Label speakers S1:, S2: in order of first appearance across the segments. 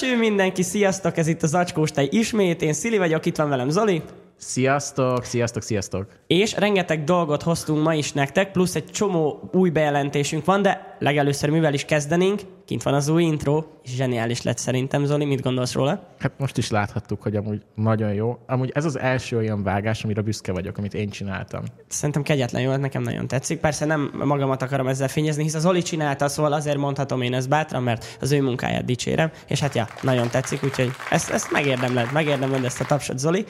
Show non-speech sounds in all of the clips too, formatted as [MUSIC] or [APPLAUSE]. S1: Cső mindenki, sziasztok, ez itt az Acskóstály ismét, én Szili vagyok, itt van velem Zoli.
S2: Sziasztok, sziasztok, sziasztok.
S1: És rengeteg dolgot hoztunk ma is nektek, plusz egy csomó új bejelentésünk van, de legelőször mivel is kezdenénk, kint van az új intro, és zseniális lett szerintem, Zoli, mit gondolsz róla?
S2: Hát most is láthattuk, hogy amúgy nagyon jó. Amúgy ez az első olyan vágás, amire büszke vagyok, amit én csináltam.
S1: Szerintem kegyetlen jó, hát nekem nagyon tetszik. Persze nem magamat akarom ezzel fényezni, hisz az Zoli csinálta, szóval azért mondhatom én ezt bátran, mert az ő munkáját dicsérem, és hát ja, nagyon tetszik, úgyhogy ezt, ezt megérdemled, megérdemled ezt a tapsot, Zoli.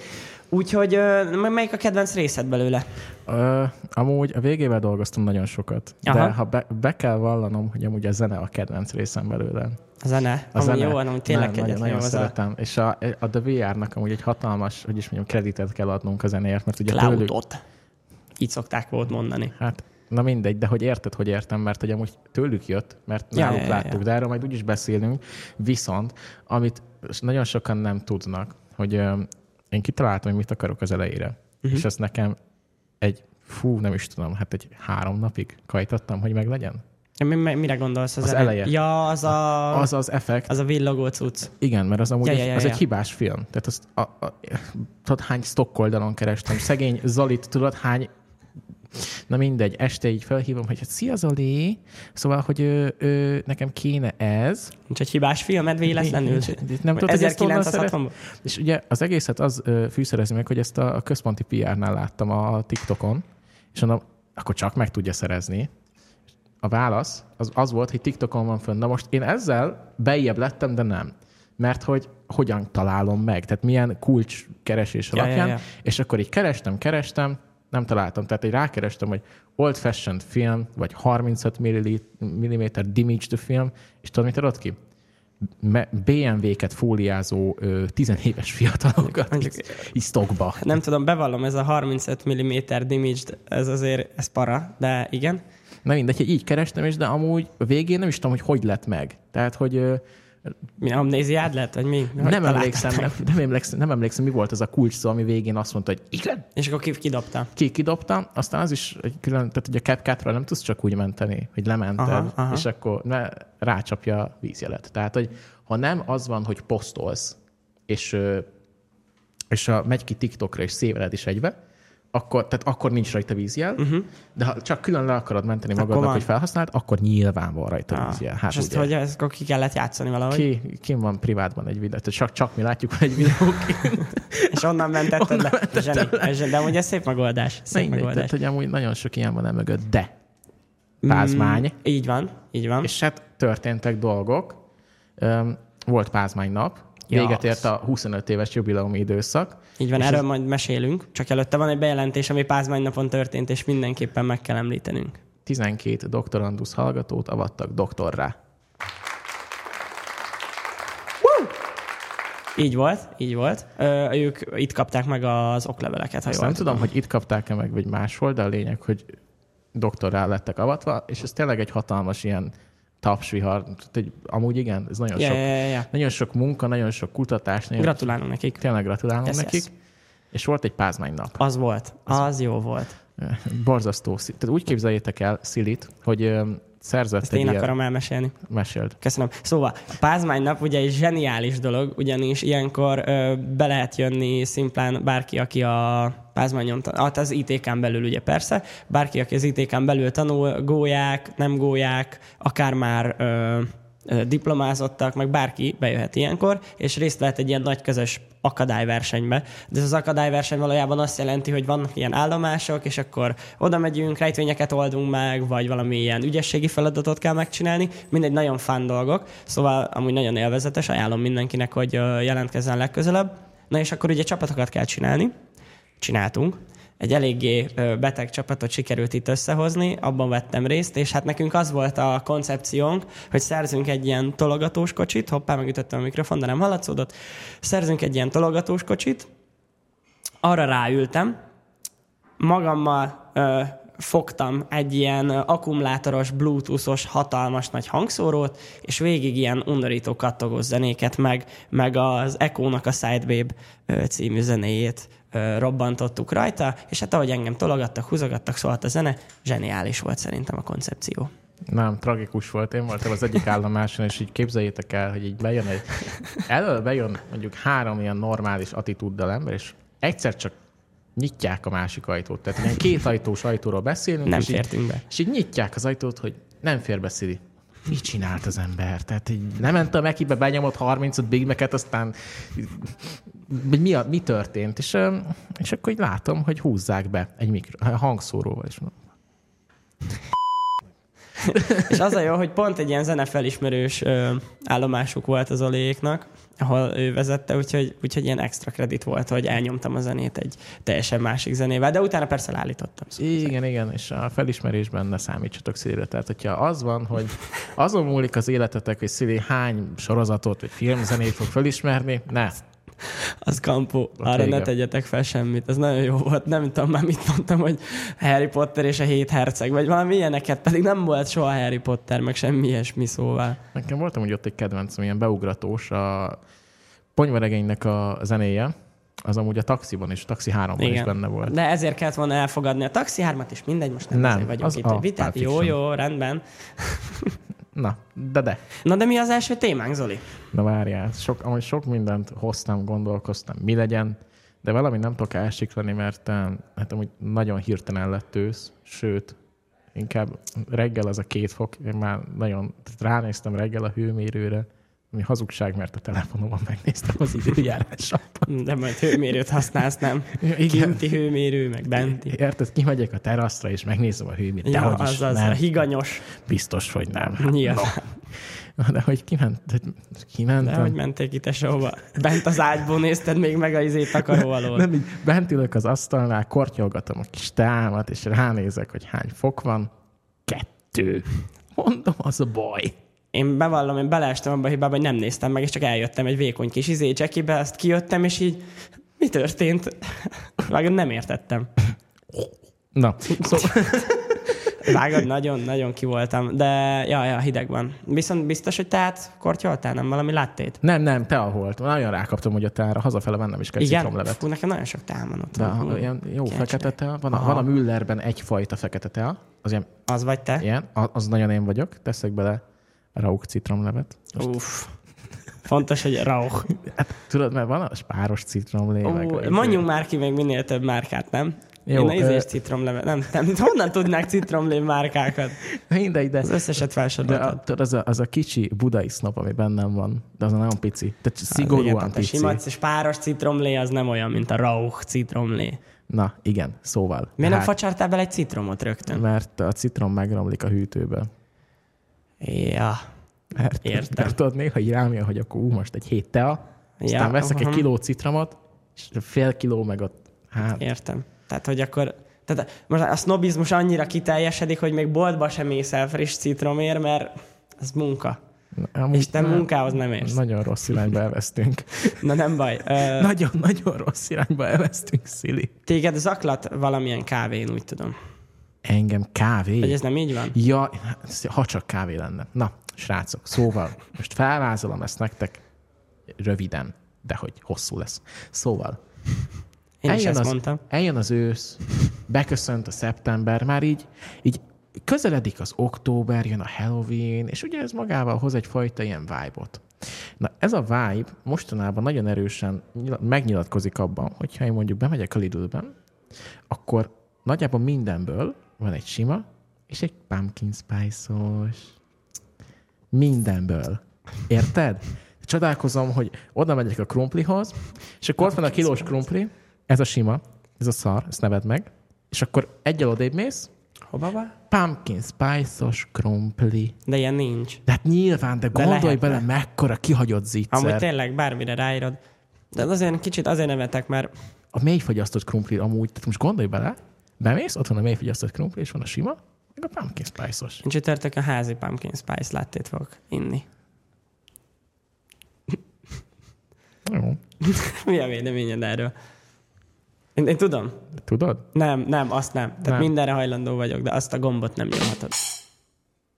S1: Úgyhogy ö, melyik a kedvenc részed belőle?
S2: Ö, amúgy a végével dolgoztam nagyon sokat, Aha.
S1: Aha.
S2: de ha be, be kell vallanom, hogy amúgy a zene a kedvenc részem belőle.
S1: A zene.
S2: A
S1: amúgy
S2: zene.
S1: jó van, amúgy tényleg
S2: Nem, nagyon,
S1: kegyetlen jó
S2: nagyon
S1: az a...
S2: szeretem. És a, a The VR-nak amúgy egy hatalmas, hogy is mondjam, kreditet kell adnunk a zenéért, mert ugye tőlük...
S1: cloudot. Így szokták volt mondani.
S2: Hát, na mindegy, de hogy érted, hogy értem, mert hogy amúgy tőlük jött, mert
S1: Ja,
S2: ja, náluk
S1: ja,
S2: ja,
S1: ja,
S2: láttuk,
S1: ja.
S2: de erről majd úgyis beszélünk. Viszont, amit s- nagyon sokan nem tudnak, hogy ö, én kitaláltam, hogy mit akarok az elejére.
S1: Mhm.
S2: Uh-huh. És ezt nekem egy, fú, nem is tudom, hát egy három napig kajtattam, hogy meglegyen.
S1: Mi, mi, mire gondolsz? Az,
S2: Az
S1: elej-
S2: eleje.
S1: Ja, az a, az,
S2: Az az effekt,
S1: az a villogó cucc.
S2: Igen, mert az amúgy
S1: Ja,
S2: ja,
S1: ja,
S2: egy,
S1: ja,
S2: az
S1: ja.
S2: egy hibás film. Tehát azt a, a, tudod, hány stock oldalon kerestem. Szegény Zalit, tudod, hány Na mindegy, este így felhívom, hogy hát szia Zoli, szóval, hogy ö, ö, nekem kéne ez.
S1: Nincs egy hibás filmed véletlenül?
S2: Nem tudod, hogy ezt onnan szeret...
S1: 1960-ban?
S2: És ugye az egészet az ö, fűszerezi meg, hogy ezt a, a központi PR-nál láttam a TikTokon, és mondom, akkor csak meg tudja szerezni. A válasz az, az volt, hogy TikTokon van fönn. Na most én ezzel beljebb lettem, de nem. Mert hogy hogyan találom meg, tehát milyen kulcs keresés
S1: Ja, ja,
S2: alapján, ja, ja,
S1: ja.
S2: ja. és akkor így kerestem, kerestem, nem találtam. Tehát így rákerestem, hogy old fashioned film, vagy 35 mm dimaged film, és tudod, mit adott ki? me- BMW-ket fóliázó ö, tizenéves fiatalokat
S1: Mondjuk-
S2: így, így stockba.
S1: Nem tudom, bevallom, ez a 35 mm damaged, ez azért, ez para, de igen.
S2: Na mindegy, így kerestem is, de amúgy a végén nem is tudom, hogy hogy lett meg. Tehát, hogy ö,
S1: Mi amnéziád lett, vagy mi? Hogy
S2: nem,
S1: találtad
S2: emlékszem,
S1: meg?
S2: nem, nem, emlékszem, nem emlékszem, mi volt az a kulcs szó, ami végén azt mondta, hogy igen,
S1: És akkor ki, kidobta.
S2: ki kidobta, aztán az is egy külön, tehát ugye a CapCut-ra nem tudsz csak úgy menteni, hogy lemented,
S1: Aha,
S2: aha,
S1: aha.
S2: aha. és akkor ne, rácsapja a vízjelet. Tehát, hogy ha nem az van, hogy posztolsz, és, ö, és a, megy ki TikTokra, és széveled is egybe, akkor, tehát akkor nincs rajta vízjel, uh-huh. de ha csak külön le akarod menteni
S1: Mhm. Akkor
S2: magadnak,
S1: van.
S2: hogy felhasználd, akkor nyilván van rajta
S1: Ah,
S2: vízjel. Hát
S1: és azt,
S2: ugye.
S1: hogy ezt akkor ki kellett játszani valahogy, ki?
S2: Ki, kim van privátban egy videó, tehát csak, csak mi látjuk hogy egy
S1: [LAUGHS]
S2: videóként.
S1: és onnan
S2: [LAUGHS]
S1: mentetted onnan le. Zseni, Zseni, de amúgy ez szép megoldás. Szép
S2: Mindegy,
S1: megoldás.
S2: tehát, hogy amúgy nagyon sok ilyen van emögött, de pázmány. Mm.
S1: Így van, így van.
S2: És hát történtek dolgok. Öm, Volt pázmány nap,
S1: Ja,
S2: véget
S1: az.
S2: ért a 25 éves jubileumi időszak.
S1: Így van,
S2: És
S1: erről majd mesélünk, csak előtte van egy bejelentés, ami Pázmány napon történt, és mindenképpen meg kell említenünk.
S2: 12 doktorandusz hallgatót avattak doktorrá.
S1: Így volt, így volt. Ö, ők itt kapták meg az okleveleket, ha
S2: Azt
S1: jól
S2: nem tudom, hogy itt kapták-e meg, vagy máshol, de a lényeg, hogy doktorrá lettek avatva, és ez tényleg egy hatalmas ilyen tapsvihar. Tehát egy- Amúgy igen, ez nagyon,
S1: Ja,
S2: sok,
S1: ja, ja, ja.
S2: nagyon sok munka, nagyon sok kutatás. Nagyon,
S1: Gratulálunk nekik.
S2: tényleg gratulálunk
S1: Yes, yes.
S2: nekik. És volt egy pázmány nap.
S1: Az volt, az jó volt.
S2: Borzasztó. szí- Tehát úgy képzeljétek el Szilit, hogy öm, szerzett
S1: Ezt
S2: egy
S1: én
S2: ilyen...
S1: akarom elmesélni.
S2: Meséld.
S1: Köszönöm. Szóval a Pázmány nap ugye egy zseniális dolog, ugyanis ilyenkor ö, be lehet jönni szimplán bárki, aki a Pázmányon, tan- hát az ITK-n belül ugye persze, bárki, aki az ITK-n belül tanul, gólyák, nem gólyák, akár már ö, ö, diplomázottak, meg bárki bejöhet ilyenkor, és részt vehet egy ilyen nagy közös akadályversenybe. De ez az akadályverseny valójában azt jelenti, hogy vannak ilyen állomások, és akkor oda megyünk, rejtvényeket oldunk meg, vagy valami ilyen ügyességi feladatot kell megcsinálni. Mindegy, nagyon fán dolgok, szóval amúgy nagyon élvezetes, ajánlom mindenkinek, hogy ö, jelentkezzen legközelebb. Na és akkor ugye csapatokat kell csinálni. Csináltunk. Egy eléggé ö, beteg csapatot sikerült itt összehozni, abban vettem részt, és hát nekünk az volt a koncepciónk, hogy szerzünk egy ilyen tologatós kocsit, hoppá, megütöttem a mikrofon, de nem hallatszódott, szerzünk egy ilyen tologatós kocsit, arra ráültem, magammal ö, fogtam egy ilyen ö, akkumulátoros, bluetoothos, hatalmas nagy hangszórót, és végig ilyen undorító kattogós zenéket, meg, meg az Echo-nak a Sidebabe ö, című zenéjét ö, robbantottuk rajta, és hát ahogy engem tologattak, húzogattak, szólt a zene, zseniális volt szerintem a koncepció.
S2: Nem, tragikus volt. Én voltam az egyik állomáson, és így képzeljétek el, hogy így bejön egy... Elől bejön mondjuk három ilyen normális attitúddal ember, és egyszer csak nyitják a másik ajtót. Tehát ilyen két ajtós ajtóról beszélünk.
S1: Nem
S2: és így,
S1: fértünk be.
S2: és így nyitják az ajtót, hogy nem fér be Siri. Mit csinált az ember? Tehát így nem ment a mekibe, benyomott 35 Big Mac-et, aztán mi, mi, a, mi történt? És, öm, és akkor így látom, hogy húzzák be egy mikro, hangszóróval. És mondom,
S1: És az a jó, hogy pont egy ilyen zenefelismerős ö, állomásuk volt az Olééknak, ahol ő vezette, úgyhogy, úgyhogy ilyen extra kredit volt, hogy elnyomtam a zenét egy teljesen másik zenével, de utána persze leállítottam. Szóval
S2: Igen, igen, és a felismerésben ne számítsatok Szilére. Tehát, hogyha az van, hogy azon múlik az életetek, hogy Szili hány sorozatot vagy filmzenét fog felismerni, ne.
S1: Az kampó, arra
S2: igen.
S1: ne tegyetek fel semmit. Ez nagyon jó volt. Nem tudom már, mit mondtam, hogy Harry Potter és a hét herceg, vagy valami ilyeneket, pedig nem volt soha Harry Potter, meg semmi ilyesmi szóval.
S2: Nekem voltam, hogy ott egy kedvencem, ilyen beugratós, a ponyvaregénynek a zenéje, az amúgy a taxiban is, taxi 3 is
S1: Igen.
S2: benne volt.
S1: De ezért kellett volna elfogadni a taxi hármat, és mindegy, most nem,
S2: Nem,
S1: nem vagyunk
S2: az
S1: itt.
S2: a
S1: hogy vitát,
S2: Pulp
S1: jó,
S2: Fiction.
S1: jó, rendben.
S2: Na, de de.
S1: Na de mi az első témánk, Zoli?
S2: Na várjál, sok, amúgy sok mindent hoztam, gondolkoztam, mi legyen, de valami nem tudok elsiklani, mert eh, hát amúgy nagyon hirtelen lett ősz, sőt, inkább reggel az a két fok, én már nagyon tehát ránéztem reggel a hőmérőre, ami hazugság, mert a telefonomon megnéztem az időjárásat.
S1: De majd hőmérőt használsz, nem?
S2: Igen.
S1: Kinti hőmérő, meg benti.
S2: Érted, kimegyek a teraszra, és megnézem a hőmérőt.
S1: Ja,
S2: Dehogy is,
S1: az az,
S2: nem.
S1: a higanyos.
S2: Biztos, hogy nem. Hát
S1: Nyilván.
S2: No. [LAUGHS] De hogy kiment, tehát
S1: De
S2: kimentem,
S1: hogy menték itt sehova. Bent az ágyból nézted még meg a izét takaró alól.
S2: Nem így bent ülök az asztalnál, kortyolgatom a kis támat, és ránézek, hogy hány fok van. Kettő. Mondom, az a baj.
S1: Én bevallom, én beleestem abba a hibába, hogy nem néztem meg, és csak eljöttem egy vékony kis izé csekibe, azt kijöttem, és így mi történt? Vágod, nem értettem.
S2: Na, szóval
S1: Vágod, nagyon-nagyon ki voltam, de ja, ja, hideg van. Viszont biztos, hogy tehát kortyoltál, nem valami láttét?
S2: nem, nem, te volt. Nagyon rákaptam, hogy a teára hazafele mennem is kell citromlevet.
S1: Fú, nekem nagyon sok tálman ott
S2: De
S1: van.
S2: a,
S1: Hú,
S2: ilyen jó
S1: kecsre.
S2: fekete tea, van a,
S1: Aha.
S2: van a Müllerben egyfajta fekete tea, az ilyen,
S1: Az vagy te?
S2: ilyen a- az nagyon én vagyok, teszek bele rauk citromlevet.
S1: Uff. Fontos, hogy rauch.
S2: Tudod, mert van a spáros citromlé. meg
S1: Ó,
S2: a- izé.
S1: mondjunk már ki még minél több márkát, nem?
S2: Jó,
S1: Jó, Én a
S2: ö-
S1: ízés citromleve. Nem, nem, [LAUGHS] honnan tudnák citromlé márkákat?
S2: Mindegy, de
S1: Az összeset
S2: De
S1: felsoroltad.
S2: a, tudod, az, a, az a kicsi budai sznop, ami bennem van, de az a nagyon pici. Tehát
S1: Igen,
S2: szigorúan
S1: tehát
S2: pici.
S1: A sima c- spáros citromlé az nem olyan, mint a rauch citromlé.
S2: Na, igen, szóval.
S1: Miért nem facsartál bele egy citromot rögtön?
S2: Mert a citrom megromlik a hűtőbe.
S1: Ja.
S2: Mert,
S1: Értem.
S2: mert tudod, néha így rám jön, hogy akkor ú, most egy hét tea, aztán
S1: Ja,
S2: veszek egy
S1: aha.
S2: kiló citromot, és fél kiló meg ott. Hát,
S1: Értem. Tehát, hogy akkor... Tehát most a sznobizmus annyira kiteljesedik, hogy még boltba sem mész el friss citromért, mert ez munka.
S2: amúgy
S1: És te
S2: na-
S1: munkához nem érsz.
S2: Nagyon rossz irányba
S1: [LAUGHS]
S2: elvesztünk.
S1: Na nem baj. Ö,
S2: Nagyon-nagyon rossz irányba elvesztünk, Szili.
S1: téged zaklat valamilyen kávén, úgy tudom.
S2: Engem kávé.
S1: Hogy ez nem így van?
S2: Ja, hát, ha csak kávé lenne. Na, srácok, szóval most felvázolom ezt nektek röviden, de hogy hosszú lesz. Szóval,
S1: Én is
S2: eljön
S1: ezt
S2: az,
S1: mondtam.
S2: Eljön az ősz, beköszönt a szeptember, már így, így közeledik az október, jön a Halloween, és ugye ez magával hoz egyfajta ilyen vibe-ot. Na ez a vibe mostanában nagyon erősen nyila- megnyilatkozik abban, hogyha én mondjuk bemegyek a Lidlben, akkor nagyjából mindenből van egy sima, és egy pumpkin spice-os. Mindenből. Érted? Csodálkozom, hogy oda megyek a krumplihoz, és akkor ott van a kilós krumpli, ez a sima, ez a szar, ezt neved meg, és akkor egyel odébb mész,
S1: Hova van?
S2: pumpkin spice-os krumpli.
S1: De ilyen nincs.
S2: De hát nyilván, de
S1: De
S2: gondolj
S1: lehetne.
S2: bele, mekkora kihagyott
S1: Amúgy
S2: zicser.
S1: tényleg bármire ráírod. De azért kicsit azért nevetek, mert
S2: A mélyfagyasztott krumpli amúgy, tehát most gondolj bele, bemész, ott van a mélyfagyasztott krumpli, és van a sima, meg a pumpkin spice-os.
S1: én csütörtökön házi pumpkin spice láttét fogok inni. [LAUGHS]
S2: Jó,
S1: Mi a véleményed erről? Én, én tudom.
S2: tudod?
S1: Nem, nem, azt nem. Tehát
S2: Nem.
S1: nem. mindenre hajlandó vagyok, de azt a gombot nem nyomhatod.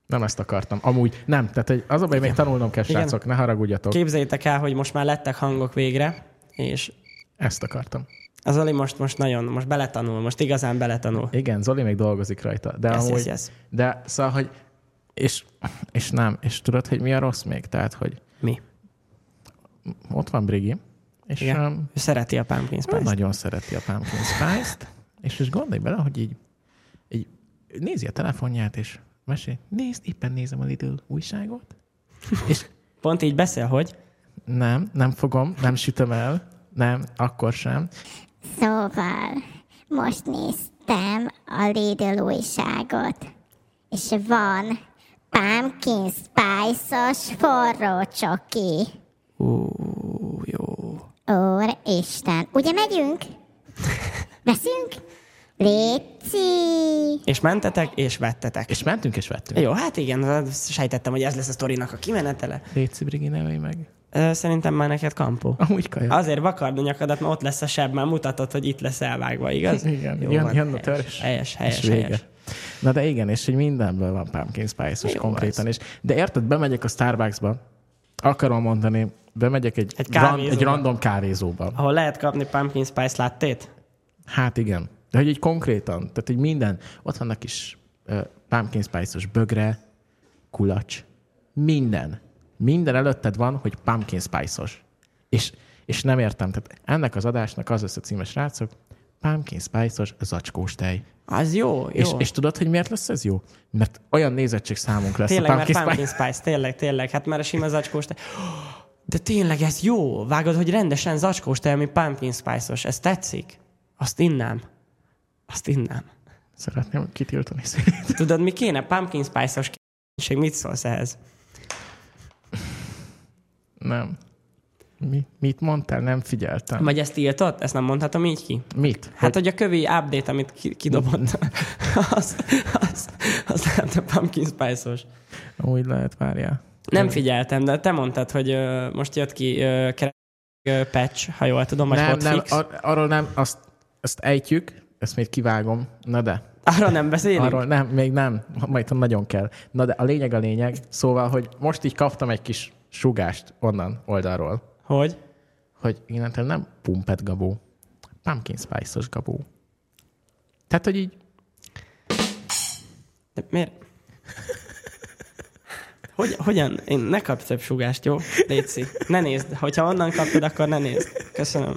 S2: Nem ezt akartam. Amúgy nem. Tehát egy, az a baj, még tanulnom kell,
S1: Igen.
S2: srácok. Ne haragudjatok.
S1: Képzeljétek el, hogy most már lettek hangok végre, és
S2: Ezt akartam.
S1: az Oli most, most nagyon, most beletanul, most igazán beletanul.
S2: Igen, Zoli még dolgozik rajta. De
S1: Yes,
S2: amúgy,
S1: yes, yes.
S2: De szóval, hogy És, és nem. És tudod, hogy mi a rossz még? Tehát, hogy
S1: Mi?
S2: ott van Brigi, és
S1: Igen.
S2: um,
S1: Ő szereti a pumpkin
S2: Ő
S1: spice
S2: Nagyon szereti a pumpkin spice-t, és is gondolj bele, hogy így, így nézi a telefonját, és mesél, nézd, éppen nézem a Lidl újságot, és
S1: Pont így beszél, hogy
S2: nem, nem fogom, nem sütöm el, nem, akkor sem.
S3: Szóval, most néztem a Lidl újságot, és van pumpkin spice-os forró csoki.
S1: ú, jó.
S3: Úristen, ugye megyünk? Veszünk? Léci!
S1: És mentetek, és vettetek.
S2: És mentünk és vettünk.
S1: Jó, hát igen, az- sejtettem, hogy ez lesz a sztorinak a kimenetele.
S2: Léci Brigi, nevelj meg.
S1: Ö, Szerintem már neked kampó.
S2: Amúgy kaja.
S1: Azért vakard a nyakadat, mert ott lesz a seb, már mutatod, hogy itt lesz elvágva, igaz?
S2: [LAUGHS] Igen, jön-
S1: van,
S2: jön a
S1: helyes,
S2: törés.
S1: Helyes, helyes,
S2: és vége.
S1: helyes.
S2: Na de igen, és hogy mindenből van pumpkin spice-os
S1: Jó
S2: konkrétan. És, de érted, bemegyek a Starbucksba, akarom mondani, bemegyek egy,
S1: Egy
S2: egy, ran,
S1: kávézóba.
S2: egy random kávézóba.
S1: Ahol lehet kapni pumpkin spice lattét?
S2: Hát igen. De hogy így konkrétan, tehát hogy minden, ott vannak is uh, pumpkin spice-os bögre, kulacs, minden. Minden előtted van, hogy pumpkin spice-os. És, és nem értem, tehát ennek az adásnak az lesz a címe, srácok, pumpkin spice-os zacskós tej.
S1: Az jó, jó.
S2: És, és, tudod, hogy miért lesz ez jó? Mert olyan nézettség számunk lesz
S1: Tényleg,
S2: a
S1: mert
S2: pumpkin,
S1: pumpkin
S2: spice.
S1: spice, tényleg, tényleg. Hát már a sima zacskós te... De tényleg ez jó. Vágod, hogy rendesen zacskós te, ami pumpkin spice-os. Ez tetszik? Azt innám. Azt innám.
S2: Szeretném kitiltani szét.
S1: Tudod, mi kéne? Pumpkin spice-os k***ség. Mit szólsz ehhez?
S2: Nem. Mi, mit mondtál? Nem figyeltem.
S1: Vagy ezt tiltott? Ezt nem mondhatom így ki?
S2: Mit?
S1: Hát, hogy a kövi update, amit ki- kidobott, [LAUGHS] az, az, az lehet a pumpkin spice-os.
S2: Úgy lehet, várjál.
S1: Nem figyeltem, de te mondtad, hogy ö, most jött ki ö, kere- ö, patch, ha jól tudom, vagy
S2: nem, nem,
S1: hotfix.
S2: ar- arról nem, azt, azt ejtjük, ezt még kivágom, na de.
S1: Arról nem beszélünk?
S2: Arról nem, még nem, majd ha nagyon kell. Na de a lényeg a lényeg, szóval, hogy most így kaptam egy kis sugást onnan oldalról,
S1: Hogy?
S2: hogy innentől nem pumpet gabó, pumpkin spice-os gabó. Tehát, hogy így
S1: De miért? Hogy, hogyan? Én ne kapj több sugást, jó? Léci. Ne nézd. Hogyha onnan kaptad, akkor ne nézd. Köszönöm.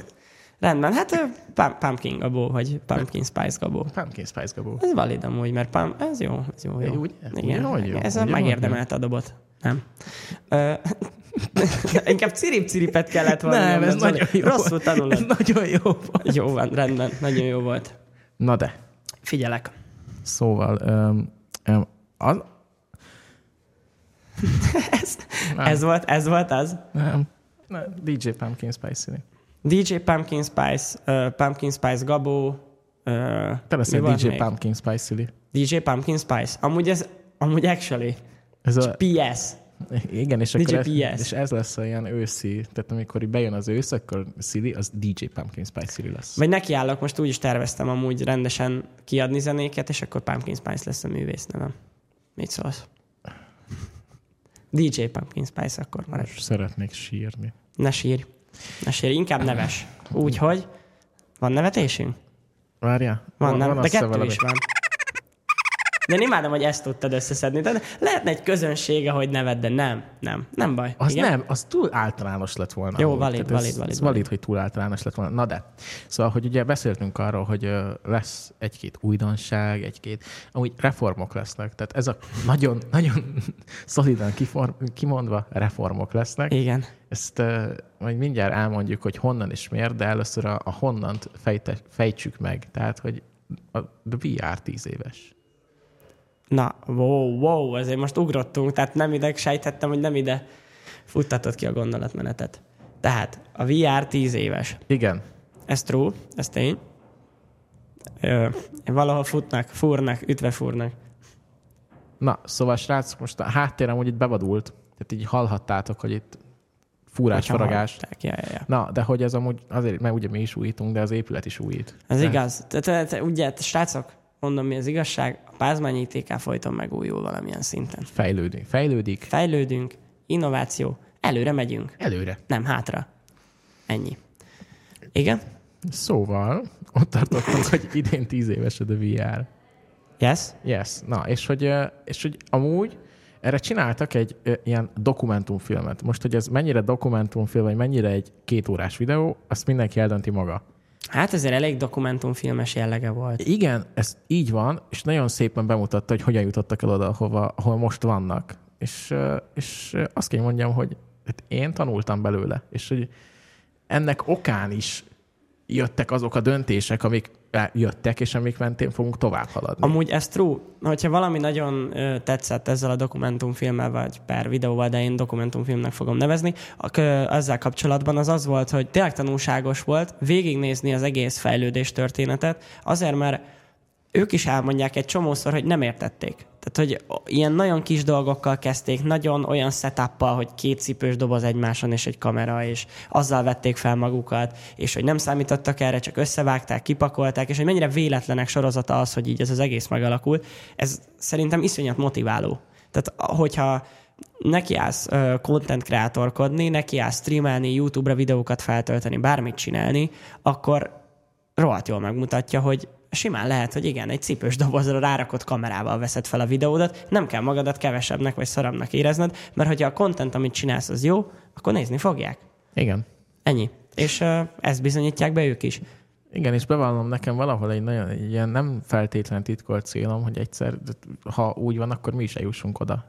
S1: Rendben, hát ö, pum- pumpkin gabó, vagy pumpkin spice gabó.
S2: pumpkin spice gabó.
S1: Ez valid amúgy, mert pam, ez jó, ez jó, jó.
S2: Ugye?
S1: Igen,
S2: Ugyanúgy jó,
S1: ez a
S2: ugyanúgy jó.
S1: megérdemelt a dobot. Nem. Ö, [LAUGHS] inkább cirip-ciripet kellett volna.
S2: Nem, ez
S1: mondanom.
S2: nagyon jó.
S1: Rosszul
S2: Ez
S1: tanulod.
S2: nagyon jó volt.
S1: Jó van, rendben, nagyon jó volt.
S2: Na de,
S1: Figyelek.
S2: szóval, öm, öm, az, Nem.
S1: Ez volt, ez volt az.
S2: nem, nem, DJ Pumpkin Spice-i.
S1: DJ Pumpkin Spice, uh, Pumpkin Spice Gabó. Uh,
S2: Te leszel DJ Pumpkin Spice-i.
S1: DJ Pumpkin Spice. Amúgy ez, amúgy actually.
S2: Ez a,
S1: PS.
S2: igen, és,
S1: DJ
S2: akkor ez,
S1: PS.
S2: és ez lesz a ilyen őszi, tehát amikor így bejön az ősz, akkor Szili, az DJ Pumpkin Spice Szili lesz.
S1: Vagy nekiállok, most úgy is terveztem amúgy rendesen kiadni zenéket, és akkor Pumpkin Spice lesz a művész nevem. Mit szólsz? DJ Pumpkin Spice akkor marad.
S2: Most szeretnék sírni.
S1: Ne sírj. Ne sírj, inkább neves. Úgyhogy van nevetésünk?
S2: Várjál?
S1: Van, nem? De
S2: azt-e
S1: kettő
S2: valami?
S1: is van. De én imádom, hogy ezt tudtad összeszedni. De lehetne egy közönsége, hogy neved, de nem. Nem. Nem baj.
S2: Az nem, az túl általános lett volna.
S1: Jó,
S2: amúgy.
S1: valid,
S2: Tehát
S1: valid,
S2: ez,
S1: valid,
S2: ez
S1: valid.
S2: valid, hogy túl általános lett volna. Na de, szóval, hogy ugye beszéltünk arról, hogy ö, lesz egy-két újdonság, egy-két, amúgy reformok lesznek. Tehát ez a [LAUGHS] nagyon-nagyon szolidan kiform, kimondva reformok lesznek.
S1: Igen.
S2: Ezt uh, majd mindjárt elmondjuk, hogy honnan és miért, de először a, a honnant fejte, fejtsük meg. Tehát, hogy a, a VR tíz éves.
S1: Na, wow, wow, azért most ugrottunk, tehát nem ide sejtettem, hogy nem ide futtatod ki a gondolatmenetet. Tehát a VR 10 éves.
S2: Igen.
S1: Ez true, ez tény. Ö, valahol futnak, fúrnak, ütve fúrnak.
S2: Na, szóval srácok, most a háttérem úgy itt bevadult, tehát így hallhattátok, hogy itt fúrás,
S1: Hogyha
S2: faragás.
S1: hallották. Ja, ja, ja.
S2: Na, de hogy ez amúgy azért, mert ugye mi is újítunk, de az épület is újít.
S1: Ez
S2: Tehát-
S1: igaz. Te, te, te, ugye, te, srácok, mondom, mi az igazság, a pázmányi ITK folyton megújul valamilyen szinten.
S2: Fejlődik. Fejlődik.
S1: Fejlődünk, innováció, előre megyünk,
S2: Előre.
S1: nem hátra. Ennyi. Igen?
S2: Szóval ott
S1: [LAUGHS]
S2: tartottunk, hogy idén tíz éves a The VR.
S1: Yes?
S2: Yes, na, és hogy, ö, és hogy amúgy Erre csináltak egy ö, ilyen dokumentumfilmet. Most, hogy ez mennyire dokumentumfilm, vagy mennyire egy kétórás videó, azt mindenki eldönti maga.
S1: Hát ezért elég dokumentumfilmes jellege volt.
S2: Igen, ez így van, és nagyon szépen bemutatta, hogy hogyan jutottak el oda, hova, ahol most vannak. És, ö, és ö, azt kell hogy mondjam, hogy hát én tanultam belőle, és hogy ennek okán is jöttek azok a döntések, amik eh, jöttek, és amik mentén fogunk tovább haladni.
S1: Amúgy ez true, hogyha valami nagyon ö, tetszett ezzel a dokumentumfilmmel, vagy per videóval, de én dokumentumfilmnek fogom nevezni, a, ö, ezzel kapcsolatban az az volt, hogy tényleg tanulságos volt végignézni az egész fejlődés történetet, azért mert ők is elmondják egy csomószor, hogy nem értették. Tehát, hogy ilyen nagyon kis dolgokkal kezdték, nagyon olyan setup hogy két cipős doboz egymáson és egy kamera, és azzal vették fel magukat, és hogy nem számítottak erre, csak összevágták, kipakolták, és hogy mennyire véletlenek sorozata az, hogy így ez az egész megalakul. Ez szerintem iszonyat motiváló. Tehát, hogyha nekiállsz ö, content kreatorkodni, nekiállsz streamelni, YouTube-ra videókat feltölteni, bármit csinálni, akkor rohadt jól megmutatja, hogy simán lehet, hogy igen, egy cipős dobozra rárakott kamerával veszed fel a videódat, nem kell magadat kevesebbnek vagy szarabbnak érezned, mert hogyha a content, amit csinálsz, az jó, akkor nézni fogják.
S2: Igen.
S1: Ennyi. És ö, ezt bizonyítják be ők is.
S2: Igen, és bevallom nekem valahol egy nagyon egy ilyen nem feltétlen titkolt célom, hogy egyszer, ha úgy van, akkor mi is eljussunk oda.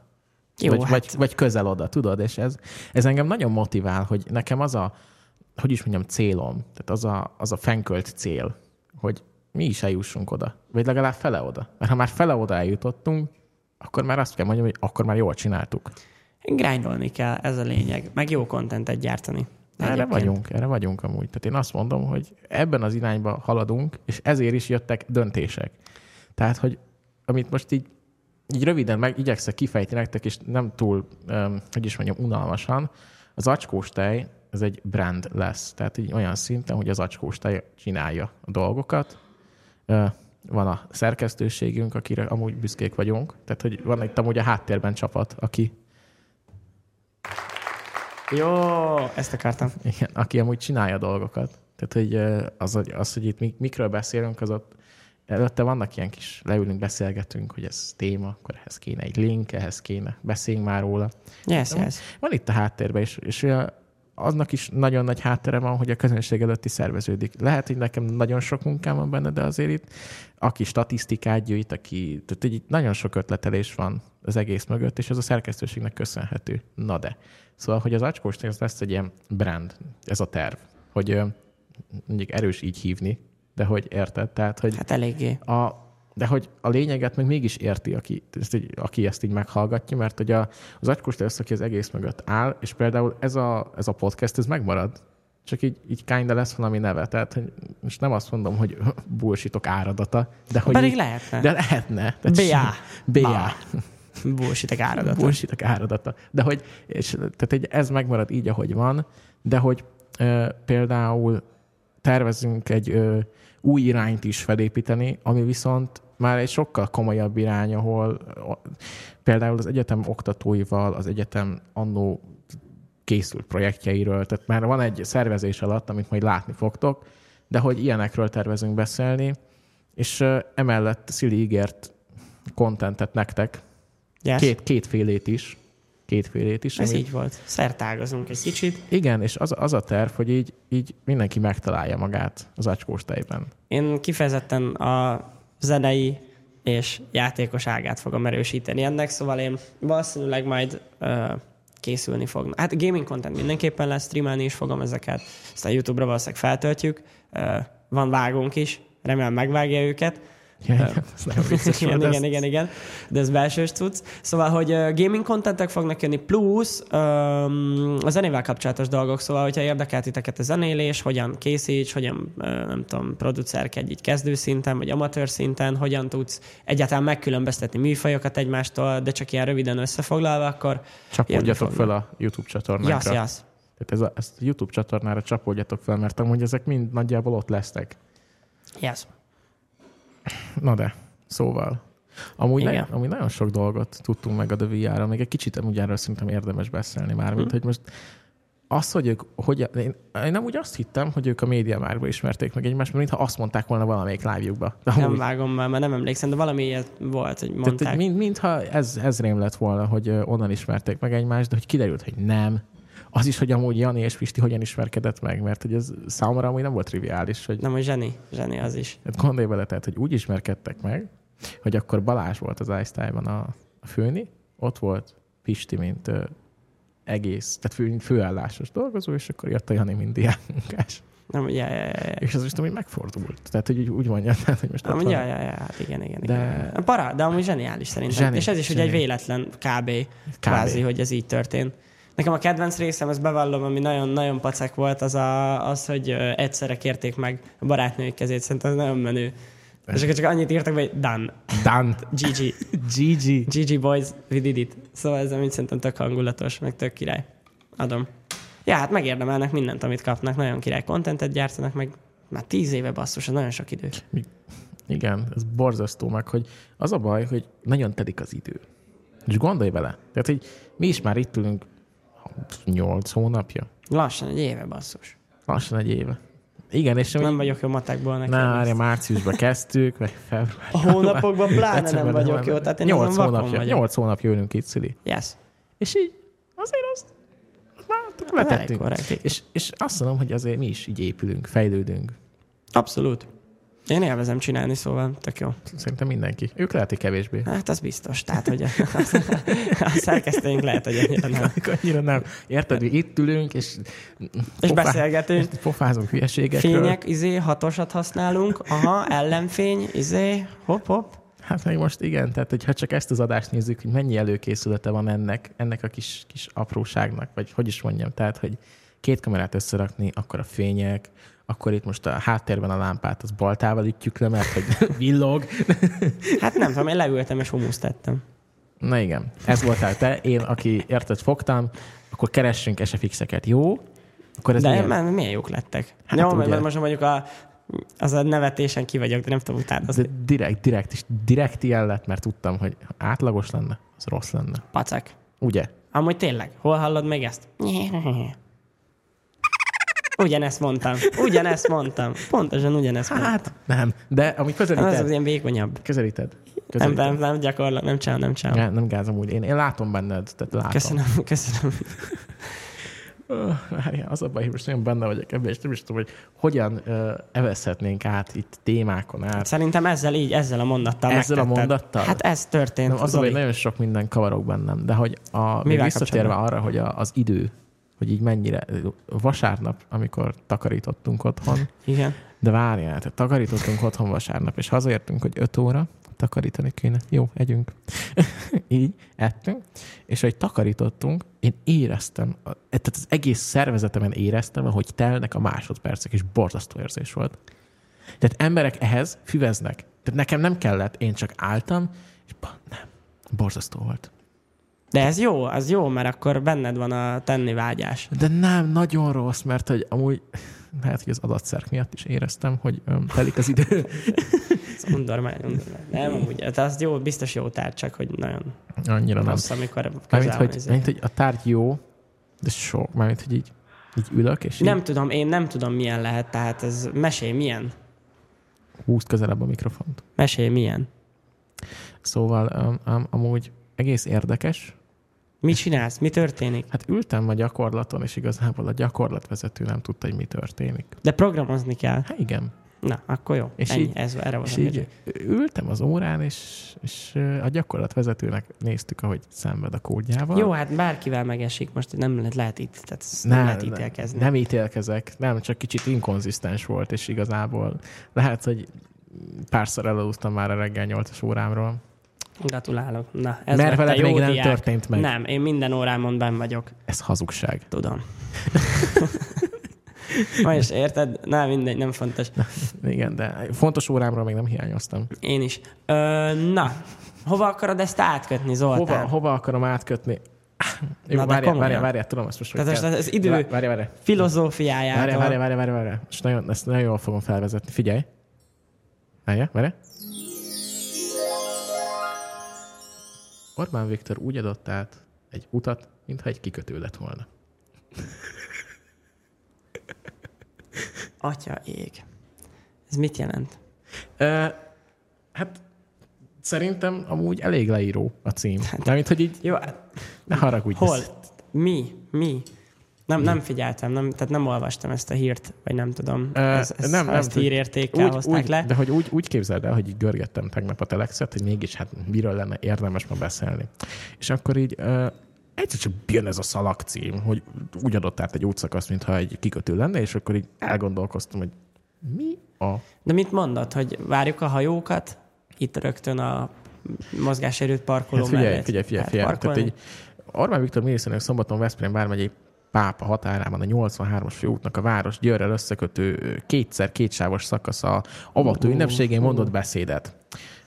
S1: Jó,
S2: vagy,
S1: hát.
S2: vagy, vagy közel oda, tudod? És ez, ez engem nagyon motivál, hogy nekem az a, hogy is mondjam, célom, tehát az a, az a fenkölt cél, hogy mi is eljussunk oda, vagy legalább fele oda. Mert ha már fele oda eljutottunk, akkor már azt kell mondjam, hogy akkor már jól csináltuk.
S1: Grindolni kell, ez a lényeg. Meg jó kontentet gyártani.
S2: Erre
S1: Egyébként.
S2: vagyunk, erre vagyunk amúgy. Tehát én azt mondom, hogy ebben az irányba haladunk, és ezért is jöttek döntések. Tehát, hogy amit most így, így röviden meg igyekszek kifejteni nektek, és nem túl, öm, hogy is mondjam, unalmasan, az acskós tej, ez egy brand lesz. Tehát így olyan szinten, hogy az acskós tej csinálja a dolgokat. Ö, Van a szerkesztőségünk, akire amúgy büszkék vagyunk. Tehát, hogy van itt amúgy a háttérben csapat, aki
S1: Jó, ezt akartam.
S2: [LAUGHS] Igen, aki amúgy csinálja dolgokat. Tehát, hogy ö, az, hogy- az hogy itt mi- mikről beszélünk, az ott előtte vannak ilyen kis leülünk, beszélgetünk, hogy ez téma, akkor ehhez kéne egy link, ehhez kéne, beszéljünk már róla.
S1: Yes, yes.
S2: Van itt a háttérben is, és ö, aznak is nagyon nagy háttere van, hogy a közönség előtti szerveződik. Lehet, hogy nekem nagyon sok munkám van benne, de azért itt, aki statisztikát gyűjt, aki, tehát így nagyon sok ötletelés van az egész mögött, és ez a szerkesztőségnek köszönhető. Na de. Szóval, hogy az acskós ez lesz egy ilyen brand, ez a terv, hogy ö, mondjuk erős így hívni, de hogy érted? Tehát, hogy
S1: Hát eléggé.
S2: a, de hogy a lényeget meg mégis érti, aki ezt így, aki ezt így meghallgatja, mert hogy a, az agykos lesz, aki az egész mögött áll, és például ez a, ez a podcast, ez megmarad. Csak így, így kinda lesz valami neve. Tehát, hogy most nem azt mondom, hogy bullshitok áradata, de hogy
S1: Pedig
S2: így,
S1: lehetne.
S2: De lehetne.
S1: B.A..
S2: B.A.
S1: Bullshit áradat.
S2: Bullshitok áradata. De hogy, és, tehát egy, ez megmarad így, ahogy van, de hogy ö, például tervezünk egy ö, új irányt is felépíteni, ami viszont már egy sokkal komolyabb irány, ahol ö, például az egyetem oktatóival, az egyetem annó készült projektjeiről, tehát már van egy szervezés alatt, amit majd látni fogtok, de hogy ilyenekről tervezünk beszélni, és ö, emellett Szili ígért kontentet nektek,
S1: Yes.
S2: Két, kétfélét is. Kétfélét is.
S1: Ez így volt. Szertágazunk egy kicsit.
S2: Igen, és az, az a terv, hogy így, így mindenki megtalálja magát az acskós tejben.
S1: Én kifejezetten a zenei és játékos ágát fogom erősíteni ennek, szóval én valószínűleg majd ö, készülni fognak. Hát gaming content mindenképpen lesz, streamelni is fogom ezeket, aztán YouTube-ra valószínűleg feltöltjük, ö, van vágónk is, remélem megvágja őket.
S2: Ja, igen, [LAUGHS] ez nagyon
S1: [LAUGHS]
S2: vicces
S1: igen,
S2: volt,
S1: igen,
S2: ezt-
S1: igen, igen, de ez belsős cucc. Szóval, hogy ö, gaming contentek fognak jönni, plusz öm, a zenével kapcsolatos dolgok, szóval, hogyha érdekel titeket a zenélés, hogyan készíts, hogyan, ö, nem tudom, producerkedj így kezdő szinten, vagy amatőr szinten, hogyan tudsz egyáltalán megkülönböztetni műfajokat egymástól, de csak ilyen röviden összefoglalva, akkor
S2: Csapódjatok
S1: fognak.
S2: fel a YouTube csatornánkra.
S1: Jasz, jasz.
S2: Tehát ez a, ezt a YouTube csatornára csapódjatok fel, mert amúgy ezek mind nagyjából ott lesznek.
S1: Jasz.
S2: Na de, szóval. Amúgy,
S1: Igen.
S2: nagyon, amúgy nagyon sok
S1: Mhm.
S2: dolgot tudtunk meg a The VR-ra, még egy kicsit amúgy erről szerintem érdemes beszélni már, mint hogy most Az, hogy ők, hogy, én, én nem úgy azt hittem, hogy ők a média márba ismerték meg egymást, mintha azt mondták volna valamelyik live-jukba. De
S1: Nem
S2: amúgy-
S1: vágom már, mert nem emlékszem, de valami ilyet volt, hogy
S2: Tehát, hogy
S1: mondták.
S2: mint, mintha ez, ez rém lett volna, hogy ö, onnan ismerték meg egymást, de hogy kiderült, hogy nem. Az is, hogy amúgy Jani és Pisti hogyan ismerkedett meg, mert hogy ez számomra amúgy nem volt triviális, hogy
S1: Nem, hogy zseni, zseni az is.
S2: Hát gondolj bele, tehát, hogy úgy ismerkedtek meg, hogy akkor Balázs volt az Einsteinban a, a főni, ott volt Pisti, mint ö, egész, tehát fő, mint főállásos dolgozó, és akkor jött a Jani, mint diákmunkás.
S1: Nem, ja, ja, ja, ja.
S2: És az is tudom, hogy megfordult. Tehát, hogy úgy, úgy mondja, tehát, hogy most ott
S1: Nem,
S2: van-
S1: ja, ja, ja, hát igen, igen.
S2: De-
S1: igen. De... Para, de amúgy zseniális szerintem.
S2: Zseni,
S1: Zseni, és ez is ugye
S2: zseni.
S1: egy véletlen kb. kb. Kvázi, hogy ez így történt. Nekem a kedvenc részem, ezt bevallom, ami nagyon-nagyon pacek volt, az, a, az hogy ö, egyszerre kérték meg a barátnőik kezét, szerintem ez nagyon menő. És akkor csak annyit írtak, be, hogy done,
S2: Dant,
S1: GG,
S2: Gigi.
S1: GG boys, we did it. Szóval ez amit szerintem tök hangulatos, meg tök király. Adom. Ja, hát megérdemelnek mindent, amit kapnak, nagyon király kontentet gyártanak, meg már tíz éve basszus, ez nagyon sok idő.
S2: Igen, ez borzasztó meg, hogy az a baj, hogy nagyon telik az idő. És gondolj bele, tehát, hogy mi is már itt ülünk 8 hónapja,
S1: Lassan egy éve basszus.
S2: lassan egy éve. Igen, és
S1: Nem vagyok jó matekból nekem.
S2: Na,
S1: ezt.
S2: várja, márciusban kezdtük, meg február.
S1: a hónapokban pláne nem
S2: decemberben,
S1: vagyok jó, tehát én
S2: Nyolc
S1: azon vakon
S2: hónapja,
S1: vagyok.
S2: nyolc hónapja ülünk itt, Szili.
S1: Yes.
S2: És így azért azt már
S1: Hát Elég
S2: letettünk.
S1: korrekt.
S2: És, és azt mondom, hogy azért mi is így épülünk, fejlődünk.
S1: Abszolút. Én élvezem csinálni, szóval tök jó.
S2: Szerintem mindenki. Ők lehet, hogy kevésbé.
S1: Hát az biztos. Tehát, hogy a, a szerkesztőink lehet, hogy ennyire [LAUGHS]
S2: [LAUGHS]
S1: nem.
S2: Annyira nem. Érted, hogy itt ülünk, és,
S1: És
S2: pofá-
S1: beszélgetünk.
S2: pofázunk hülyeségekről.
S1: Fények, izé, hatosat használunk, aha, ellenfény, izé, hop, hop.
S2: Hát meg most igen, tehát hogyha csak ezt az adást nézzük, hogy mennyi előkészülete van ennek, ennek a kis, kis apróságnak, vagy hogy is mondjam, tehát, hogy két kamerát összerakni, akkor a fények, akkor itt most a háttérben a lámpát, az baltával ütjük le, mert
S1: [LAUGHS]
S2: hogy villog.
S1: Hát nem tudom, én leültem és humuszt tettem.
S2: Na igen, ez voltál te, én, aki érted, fogtam, akkor keressünk SFX-eket, jó? Akkor ez
S1: de
S2: milyen?
S1: már milyen jók lettek.
S2: Hát
S1: Hát jó,
S2: ugye.
S1: mert most mondjuk a, az a nevetésen ki vagyok, de nem tudom
S2: Az
S1: utánozni.
S2: de direkt, direkt, és direkt ilyen lett, mert tudtam, hogy ha átlagos lenne, az rossz lenne.
S1: Pacak.
S2: Ugye?
S1: Amúgy tényleg, hol hallod még ezt? Ugyanezt mondtam. Ugyanezt mondtam. Pontosan ugyanezt mondtam.
S2: Hát nem, de ami
S1: Hát, az az
S2: közelíted,
S1: ilyen vékonyabb.
S2: közelíted.
S1: Nem,
S2: közelíted.
S1: nem, nem gyakorlom, nem csinálom, nem csinálom.
S2: Nem, nem gázom úgy. Én, én látom benned, tehát látom.
S1: Köszönöm, köszönöm.
S2: Öh, várjál, az a baj, hogy most nagyon benne vagyok ebben, és nem is tudom, hogy hogyan ö, evezhetnénk át itt témákon át.
S1: Szerintem ezzel így, ezzel a mondattal
S2: Ezzel a
S1: megtetted.
S2: mondattal?
S1: Hát ez történt.
S2: Nem, az a baj,
S1: Zoli.
S2: hogy nagyon sok minden kavarok bennem, de hogy a, még
S1: Mivel
S2: visszatérve arra, hogy a, az idő, hogy így mennyire, vasárnap, amikor takarítottunk otthon,
S1: Igen.
S2: de várjál, tehát takarítottunk otthon vasárnap, és hazaértünk, hogy 5 óra, takarítani kéne. Jó, együnk. [LAUGHS] Így, ettünk. És ahogy takarítottunk, én éreztem, a- tehát az egész szervezetemen éreztem, ahogy telnek a másodpercek, és borzasztó érzés volt. Tehát emberek ehhez füveznek. Tehát nekem nem kellett, én csak álltam, és ba- nem, borzasztó volt.
S1: De ez jó, az jó, mert akkor benned van a tenni vágyás.
S2: De nem, nagyon rossz, mert hogy amúgy [LAUGHS] lehet, hogy az adatszerk miatt is éreztem, hogy öm, telik az idő. [LAUGHS]
S1: Ez undormány, undormány. Nem, amúgy, de az jó, biztos jó tárgy, csak hogy nagyon
S2: Annyira nem.
S1: rossz, amikor közel
S2: Mármint,
S1: van
S2: hogy,
S1: ez.
S2: mármint, hogy a tárgy jó, de sok. Mármint, hogy így, így ülök, és nem.
S1: Nem tudom, én nem tudom, milyen lehet, tehát ez mesélj, milyen?
S2: így húzd közelebb a mikrofont.
S1: Mesélj, milyen?
S2: Szóval um, um, amúgy egész érdekes.
S1: Mit csinálsz? Mi történik?
S2: Hát ültem a gyakorlaton, és igazából a gyakorlatvezető nem tudta, hogy mi történik.
S1: De programozni kell.
S2: Hát igen.
S1: Na, akkor jó.
S2: És
S1: És Ennyi,
S2: így-
S1: így, ez, erre
S2: És
S1: volt
S2: így ültem az órán, és, és ö, a gyakorlatvezetőnek néztük, ahogy szenved a kódjával.
S1: Jó, hát bárkivel megesik, most nem lehet, lehet itt, tehát ezt nem,
S2: Nem,
S1: nem lehet ítélkezni.
S2: Nem ítélkezek, nem, csak kicsit inkonzisztens volt, és igazából lehet, hogy párszor elaludtam már a reggel 8-as órámról.
S1: Gratulálok. Na, ez
S2: Mert
S1: lett a
S2: veled
S1: jó
S2: még nem
S1: diák.
S2: történt meg.
S1: Nem, én minden órámon benn vagyok.
S2: Ez hazugság. [LAUGHS]
S1: Tudom. Ma is érted? Nem, mindegy, nem fontos.
S2: Igen, de fontos órámról még nem hiányoztam.
S1: Én is. Ö, na, hova akarod ezt átkötni, Zoltán?
S2: Hova, hova akarom átkötni? Jó,
S1: Na de
S2: várjál, várjál,
S1: komolyan.
S2: várjál, tudom ezt most, hogy
S1: Tehát most
S2: kell.
S1: az idő
S2: Várjál, várjál, várjál,
S1: Filozófiájától.
S2: várjál, várjál, várjál, várjál. Most nagyon, ezt nagyon jól fogom felvezetni. Figyelj. Várjál, várjál. Orbán Viktor úgy adott át egy utat, mintha egy kikötő lett volna.
S1: Atya ég. Ez mit jelent?
S2: Ö, hát szerintem amúgy elég leíró a cím. Mármint, hogy így
S1: Jó, hát
S2: ne haragudj.
S1: hol?
S2: ez-
S1: Mi? Mi? Nem, nem figyeltem, nem, tehát nem olvastam ezt a hírt, vagy nem tudom.
S2: Ö,
S1: ez, ez, nem, nem, ezt
S2: tud-
S1: hírértékkel hozták
S2: úgy,
S1: le.
S2: De hogy úgy, úgy képzeld el, hogy így görgettem tegnap a telexet, hogy mégis hát miről lenne érdemes ma beszélni. És akkor így uh, egyszer csak jön ez a szalag cím, hogy úgy adott át egy útszakasz, mintha egy kikötő lenne, és akkor így elgondolkoztam, hogy mi a...
S1: De mit mondod, hogy várjuk a hajókat, itt rögtön a mozgáserőt parkoló
S2: Hát figyelj,
S1: mellett
S2: figyelj, figyelj,
S1: lehet
S2: figyelj. Tehát
S1: parkolni?
S2: így Orbán Viktor miniszterelnök szombaton Veszprém vármegyei Pápa határában a 83-as főútnak a város győrrel összekötő ö, kétszer kétsávos szakasza avató ünnepségén mondott beszédet.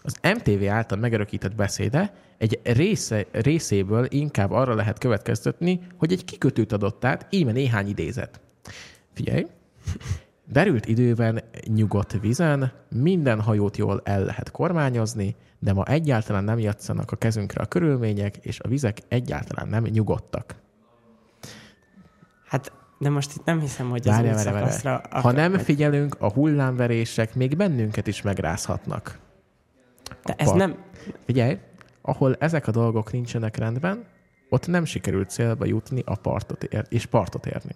S2: Az MTV által megörökített beszéde egy része, részéből inkább arra lehet következtetni, hogy egy kikötőt adott át, íme néhány idézet. Figyelj! Derült időben, nyugodt vizen, minden hajót jól el lehet kormányozni, de ma egyáltalán nem játszanak a kezünkre a körülmények, és a vizek egyáltalán nem nyugodtak.
S1: Hát, de most itt nem hiszem, hogy az
S2: Várj,
S1: új
S2: várj, várj.
S1: szakaszra... akar-
S2: Ha nem figyelünk, a hullámverések még bennünket is megrázhatnak.
S1: De ez
S2: Apa.
S1: nem...
S2: Figyelj, ahol ezek a dolgok nincsenek rendben, ott nem sikerült célba jutni a partot ér- és partot érni.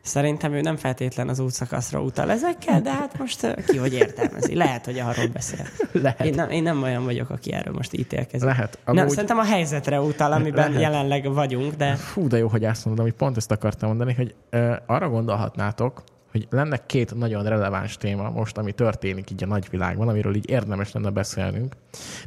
S1: Szerintem ő nem feltétlen az útszakaszra utal ezekkel, de hát most ö, ki hogy értelmezi. Lehet, hogy arról beszél.
S2: Lehet.
S1: Én nem, én nem olyan vagyok, aki erről most ítélkezik.
S2: Lehet.
S1: Amúgy... Nem,
S2: Amúgy-
S1: szerintem a helyzetre utal, amiben
S2: Lehet.
S1: Lehet. jelenleg vagyunk, de
S2: Fú, de jó, hogy ezt mondod, amit pont ezt akartam mondani, hogy ö, arra gondolhatnátok, hogy lenne két nagyon releváns téma most, ami történik így a nagyvilágban, amiről így érdemes lenne beszélnünk,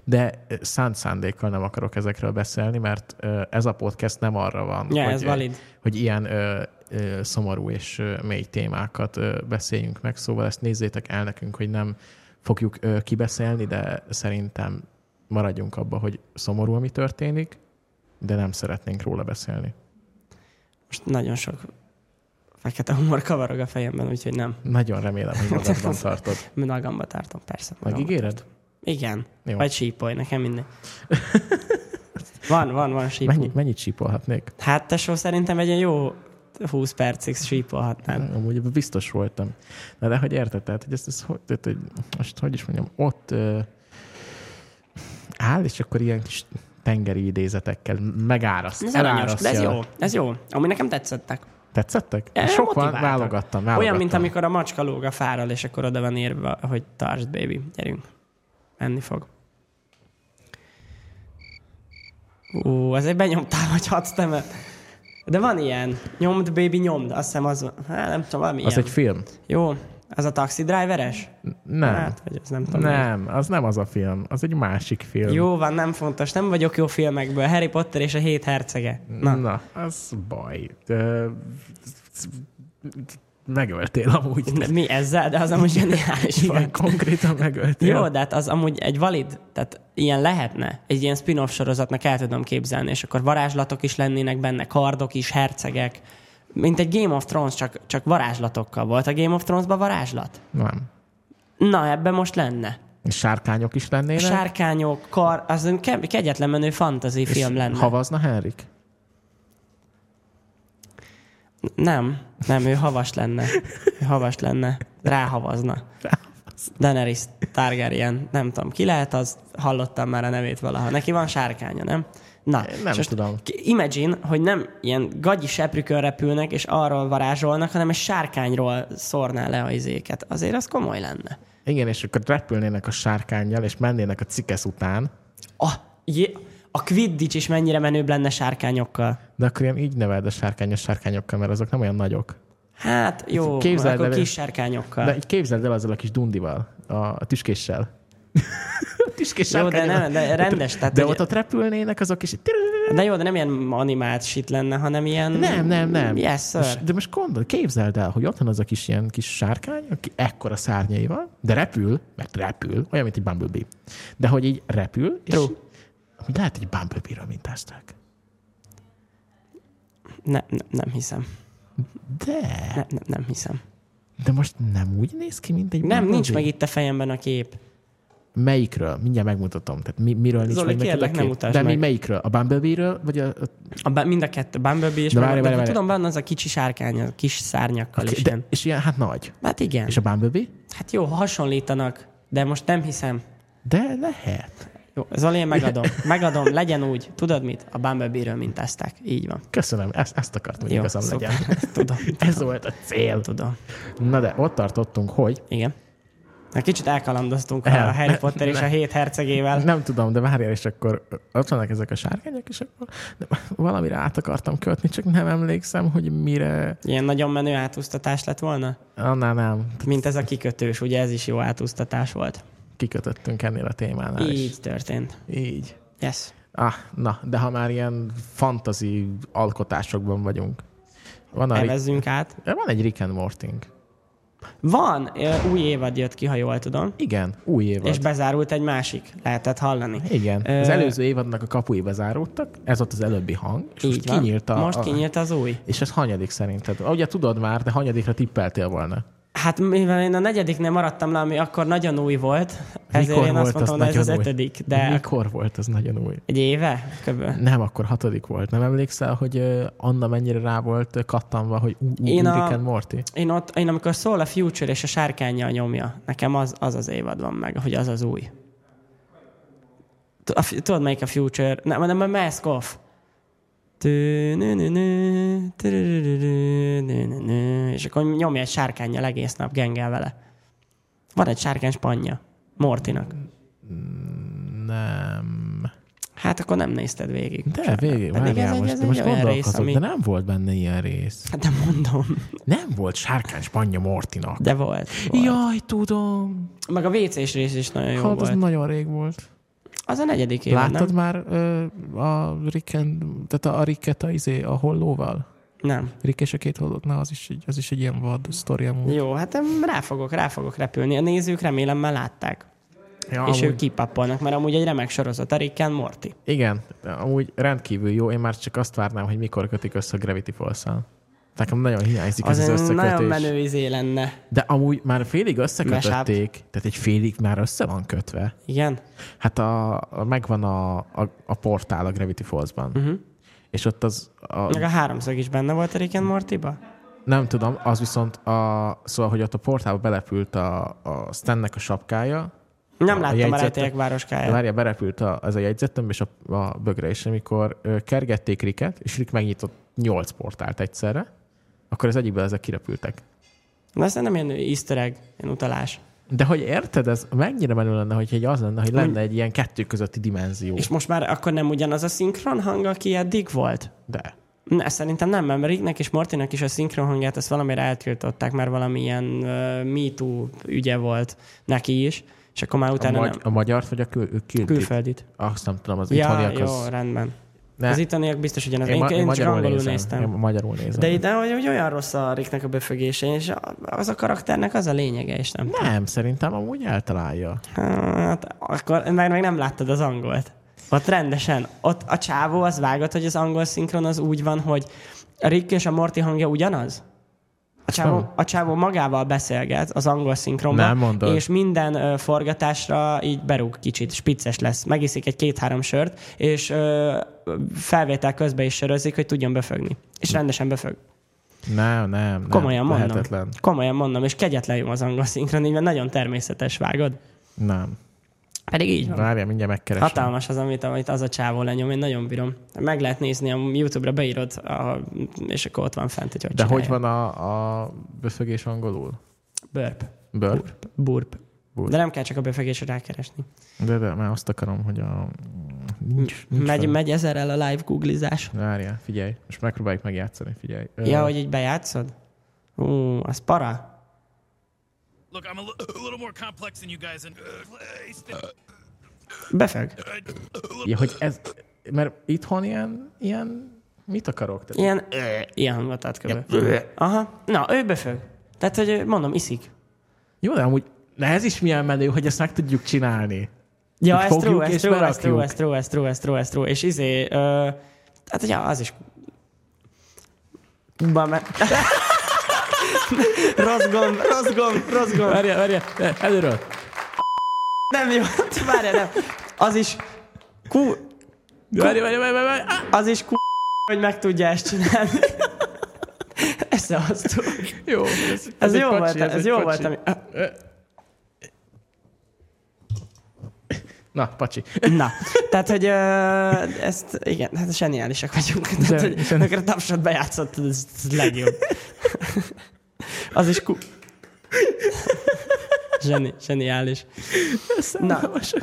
S2: de ö, szánt szándékkal nem akarok ezekről beszélni, mert ö, ez a podcast nem arra van,
S1: Ja,
S2: hogy,
S1: ez valid.
S2: hogy ilyen ö, ö, szomorú és ö, mély témákat ö, beszéljünk meg, szóval ezt nézzétek el nekünk, hogy nem fogjuk ö, kibeszélni, de szerintem maradjunk abba, hogy szomorú, ami történik, de nem szeretnénk róla beszélni.
S1: most nagyon sok fekete humor kavarog a fejemben, úgyhogy nem.
S2: Nagyon remélem, hogy magadban
S1: [LAUGHS]
S2: tartod.
S1: Magamba tartom, persze. magamba.
S2: Megígéred?
S1: Igen.
S2: Jó.
S1: Jó. Vagy sípolj, nekem
S2: [LAUGHS]
S1: mindegy. Van, van, van sípó.
S2: Mennyi, mennyit sípolhatnék?
S1: Hát tesó, szerintem egy ilyen jó 20 percig sípolhatnál.
S2: Amúgy ebben biztos voltam. Na, de hogy érted, tehát, hogy ezt, ezt hogy, tehát, hogy most hogy is mondjam, ott ö, áll, és akkor ilyen kis tengeri idézetekkel megáraszt.
S1: Ez aranyos,
S2: elárasztja.
S1: de ez jó, ez jó. Ami nekem tetszettek.
S2: Tetszettek?
S1: E,
S2: Sok van,
S1: motiváltak.
S2: válogattam, válogattam.
S1: Olyan, mint amikor a macska lóg a fáról, és akkor oda van írva, hogy tartsd, baby, gyerünk. Enni fog. Ú, azért benyomtál, vagy hat temet. De van ilyen. Nyomd, baby, nyomd. Azt hiszem az van. Hát nem tudom, valami
S2: Az
S1: ilyen.
S2: egy film?
S1: Jó. Az a taxi driveres?
S2: Nem.
S1: Hát, vagy az nem tudom.
S2: nem, az nem az a film. Az egy másik film.
S1: Jó van, nem fontos. Nem vagyok jó filmekből. Harry Potter és a hét hercege. Na,
S2: Na, Na az baj. Ö, megöltél amúgy.
S1: de mi ezzel? De az amúgy zseniális
S2: Igen,
S1: volt.
S2: konkrétan megöltél.
S1: Jó, de hát az amúgy egy valid, tehát ilyen lehetne. Egy ilyen spin-off sorozatnak el tudom képzelni, és akkor varázslatok is lennének benne, kardok is, hercegek. Mint egy Game of Thrones, csak, csak varázslatokkal volt. A Game of Thrones-ban varázslat?
S2: Nem.
S1: Na, ebben most lenne.
S2: És sárkányok is lennének.
S1: Sárkányok, kar, az ke- kegyetlen menő fantasy
S2: és
S1: film lenne.
S2: Havazna Henrik?
S1: Nem, nem, ő havas lenne. Ő havas lenne. Ráhavazna. Daenerys Targaryen, nem tudom, ki lehet az, hallottam már a nevét valaha. Neki van sárkánya, nem? Na,
S2: Én
S1: és
S2: nem
S1: most
S2: tudom.
S1: ki- Imagine, hogy nem ilyen gagyi seprükön repülnek, és arról varázsolnak, hanem egy sárkányról szórná le a izéket. Azért az komoly lenne.
S2: Igen, és akkor repülnének a sárkányjal, és mennének a cikesz után,
S1: A, jé, a Quidditch is mennyire menőbb lenne sárkányokkal.
S2: de akkor ilyen így neveld a sárkányos sárkányokkal, mert azok nem olyan nagyok.
S1: Hát jó,
S2: Képzeld
S1: akkor
S2: el-
S1: kis sárkányokkal.
S2: De így képzeld el azzal a kis dundival, a, a
S1: [LAUGHS]
S2: tüskéssel. A tüskés
S1: Jó, de,
S2: sárkányon.
S1: nem, de rendes. Tehát,
S2: De
S1: hogy-
S2: ott, ott repülnének azok is.
S1: De jó, de nem ilyen animált shit lenne, hanem ilyen...
S2: Nem, nem, nem.
S1: Yes, sir.
S2: És- De most gondol, képzeld el, hogy ott van az a kis ilyen kis sárkány, aki ekkora szárnyaival, de repül, mert repül, olyan, mint egy Bumblebee. De hogy így repül, és
S1: True.
S2: hogy lehet, hogy Bumblebee-ra mintázták.
S1: Ne, ne, nem hiszem.
S2: De,
S1: Ne, ne, nem hiszem.
S2: de most nem úgy néz ki, mint egy
S1: Nem, nincs
S2: Bumblebee?
S1: meg itt a fejemben a kép.
S2: Melyikről? Mindjárt megmutatom. Tehát mi, miről nincs
S1: Zoli,
S2: meg neki
S1: kérlek,
S2: a
S1: nem
S2: kép.
S1: mutasd
S2: De mi
S1: meg.
S2: melyikről? A Bumblebee-ről? Vagy a, a
S1: A Ba- mind a kettő, Bumblebee is,
S2: De
S1: meg
S2: várj,
S1: a-
S2: várj, várj.
S1: tudom, van az a kicsi sárkány, a kis szárnyakkal is.
S2: de,
S1: ilyen.
S2: és ilyen, hát nagy.
S1: Hát igen.
S2: És a Bumblebee?
S1: Hát jó, ha hasonlítanak, de most nem hiszem.
S2: De lehet.
S1: Jó, Zoli, én megadom.
S2: [LAUGHS]
S1: Megadom, legyen úgy. Tudod mit? A Bumblebee-ről mintázták. Így van.
S2: Köszönöm, ezt, ezt akartam, hogy
S1: Jó,
S2: igazam
S1: szuper.
S2: legyen.
S1: [LAUGHS] Tudom.
S2: Ez volt a cél.
S1: Tudom.
S2: Na de ott tartottunk, hogy
S1: Igen. Na, kicsit elkalandoztunk
S2: El.
S1: a Harry Potter és a hét hercegével.
S2: hát nem tudom, de várjál, és akkor ott vannak ezek a sárkányok, és akkor de valamire át akartam kötni, csak nem emlékszem, hogy mire.
S1: Ilyen nagyon menő átúsztatás lett volna?
S2: Annál nem,
S1: Mint ez a kikötős, ugye ez is jó átúsztatás volt.
S2: kikötöttünk ennél a témánál.
S1: Így
S2: Is.
S1: történt.
S2: Így.
S1: Yes.
S2: Ah, na, de ha már ilyen fantazi alkotásokban vagyunk. Van, a Rick,
S1: Evezzünk át.
S2: van egy Rick and Morting.
S1: Van, ö, új évad jött ki, ha jól tudom.
S2: Igen, új évad.
S1: És bezárult egy másik, lehetett hallani.
S2: Igen.
S1: Ö,
S2: Az előző évadnak a kapui bezáródtak, ez ott az előbbi hang, és most
S1: Így van.
S2: kinyílt a...
S1: Most
S2: a-
S1: kinyílt az új.
S2: És ez hanyadik szerinted? Ugye tudod már, de hanyadikra tippeltél volna?
S1: Hát mivel én a negyediknél maradtam le, ami akkor nagyon új volt, ezért
S2: Mikor
S1: én azt
S2: volt az
S1: mondtam, hogy ez az
S2: nagyon új?
S1: ötödik, de
S2: Mikor volt ez nagyon új?
S1: egy éve köbben.
S2: Nem, akkor hatodik volt. Nem emlékszel, hogy ö, Anna mennyire rá volt ö, kattanva, hogy ú, ú,
S1: Én
S2: Én
S1: a-
S2: Rick and Morty?
S1: Én ott, én amikor szól a Future és a sárkányjal nyomja, nekem az az, az évad van meg, hogy az az új. T- a fi- Tudod, melyik a Future? Nem, hanem a Mask Off. Tü-nü-nü-nü, tü-rü-rü-rü-nü-nü-nü, És akkor nyomja egy sárkányjal egész nap, gengel vele. Van egy sárkány spanja. Mortinak.
S2: Nem.
S1: Hát akkor nem nézted végig.
S2: De végig,
S1: Pedig ez
S2: várjál
S1: egy-
S2: most,
S1: ez
S2: de
S1: egy
S2: most
S1: olyan rész,
S2: gondolkozok,
S1: ami-
S2: de nem volt benne ilyen rész.
S1: Hát de mondom,
S2: Nem volt sárkány spanya Mortinak.
S1: de volt. volt. Ja.
S2: Jaj, tudom.
S1: Meg a WC-s rész is nagyon jó
S2: Hát,
S1: volt.
S2: az nagyon rég volt.
S1: Az a negyedik év,
S2: Láttad
S1: nem?
S2: már ö, a Rick and, tehát a Ricket a, izé, a hollóval?
S1: Nem.
S2: Rick és a két hollót, na az is, egy- az is egy ilyen vad sztori amúgy.
S1: Jó, hát em, rá fogok, rá fogok repülni. A nézők remélem már látták.
S2: Ja,
S1: és ők kipappolnak, mert amúgy egy remek sorozat, a Rick and Morty.
S2: Igen, amúgy rendkívül jó. Én már csak azt várnám, hogy mikor kötik össze a Gravity falls Nekem nagyon hiányzik ez az
S1: egy
S2: összekötés.
S1: nagyon menő izé lenne.
S2: De amúgy már félig összekötötték,
S1: Mashup.
S2: tehát egy félig már össze van kötve.
S1: Igen?
S2: Hát a, a megvan a, a, a portál a Gravity Falls-ban.
S1: Mhm.
S2: Uh-huh. És ott az, a,
S1: Meg a háromszög is benne volt a Rick and Morty-ba?
S2: nem tudom, az viszont a, szóval, hogy ott a portálba belepült a, a Stannek a sapkája,
S1: Nem
S2: A
S1: láttam a
S2: jegyzetek-
S1: rejtélyek városkáját.
S2: Várja, berepült a, ez a jegyzetem és a, a bögre is, amikor ö, kergették Riket, és Rik megnyitott nyolc portált egyszerre, akkor az egyikből ezek kirepültek.
S1: Na ez nem ilyen easter egg, ilyen utalás.
S2: De hogy érted, ez mennyire menő lenne, hogy egy az lenne, hogy lenne egy ilyen kettő közötti dimenzió.
S1: És most már akkor nem ugyanaz a szinkron hang, aki eddig volt?
S2: De.
S1: Ne, szerintem nem, mert Ricknek és Mortinak is a szinkron hangját ezt valamire eltiltották, mert valamilyen uh, MeToo ügye volt neki is, és akkor már
S2: A,
S1: utána
S2: magy-
S1: nem.
S2: a magyart vagy a kül- kül-
S1: Külföldit.
S2: Azt nem tudom, az
S1: Ja,
S2: itthoniak
S1: jó,
S2: az...
S1: rendben.
S2: Ne.
S1: Ne. Az ittaniak biztos ugyanaz. Én,
S2: ma-
S1: én, én csak
S2: magyarul
S1: angolul
S2: nézem.
S1: néztem.
S2: Én magyarul nézem.
S1: De ide, hogy, hogy olyan rossz a Ricknek a böfögése, és a- az a karakternek az a lényege, és nem.
S2: Nem, szerintem amúgy eltalálja.
S1: Hát, akkor meg, meg nem láttad az angolt. Ott rendesen, ott a csávó az vágott, hogy az angol szinkron az úgy van, hogy a Rick és a Morty hangja ugyanaz? A
S2: nem.
S1: csávó, a csávó magával beszélget az angol szinkronban,
S2: Nem mondod.
S1: és minden ö, forgatásra így berúg kicsit, spicces lesz. Megiszik egy két-három sört, és ö, felvétel közben is sörözik, hogy tudjon befögni. És rendesen befög.
S2: Nem, nem, nem.
S1: Komolyan mondom.
S2: Lehetetlen.
S1: Komolyan mondom, és kegyetlen jó az angol szinkron, így mert nagyon természetes vágod.
S2: Nem.
S1: Pedig így van.
S2: Várjál, mindjárt megkeresem.
S1: Hatalmas az, amit, amit az a csávó lenyom, én nagyon bírom. Meg lehet nézni, a YouTube-ra beírod, a, és akkor ott van fent, hogy hogy
S2: De hogy
S1: csinálja.
S2: van a, a böfögés angolul?
S1: Burp.
S2: Burp?
S1: Burp.
S2: Burp.
S1: Burp. De nem kell csak a befekésre rákeresni.
S2: De, de már azt akarom, hogy a... Nincs, nincs
S1: Megy,
S2: fenn.
S1: megy ezerrel a live googlizás.
S2: Várjál, figyelj. Most megpróbáljuk megjátszani, figyelj. Ö,
S1: Ja, hogy így bejátszod? Ú, az para.
S4: Look, I'm a li- a little more complex than you guys, and
S1: Befeg.
S2: ja, hogy ez... Mert itthon ilyen... ilyen mit akarok? Tehát,
S1: Ilyen, ö, ilyen hangot ad kb. Aha. Na, ő befög. Tehát, hogy ö, mondom, iszik.
S2: Jó, de amúgy... De ez is milyen menő, hogy ezt meg tudjuk csinálni.
S1: Ja,
S2: Hogy
S1: ez
S2: fogjuk
S1: true, ez
S2: és
S1: true, ez
S2: berakjuk.
S1: true, ez true, ez true, ez true, ez true. És izé, ö, hát ugye az is... Ba, me... [LAUGHS] rossz gomb, rossz gomb, rossz gomb.
S2: Várjál, várjál, előről.
S1: Nem jó, [LAUGHS] várjál, nem. Az is ku,
S2: Várj, várj, várj, várj, várj. Á,
S1: az is ku, hogy meg tudja ezt csinálni. [LAUGHS] Összehoztuk.
S2: Jó, ez,
S1: Ez,
S2: egy
S1: jó
S2: pacsi,
S1: volt, ez,
S2: egy
S1: jó
S2: pacsi.
S1: volt, ami...
S2: Na, pacsi.
S1: Na, tehát, hogy ö, ezt, igen, hát zseniálisak vagyunk. Tehát, hogy
S2: zseni-
S1: amikor a tapsot bejátszottad, ez, ez legjobb. Az is ku... [LAUGHS] Zseni, zseniális. Na,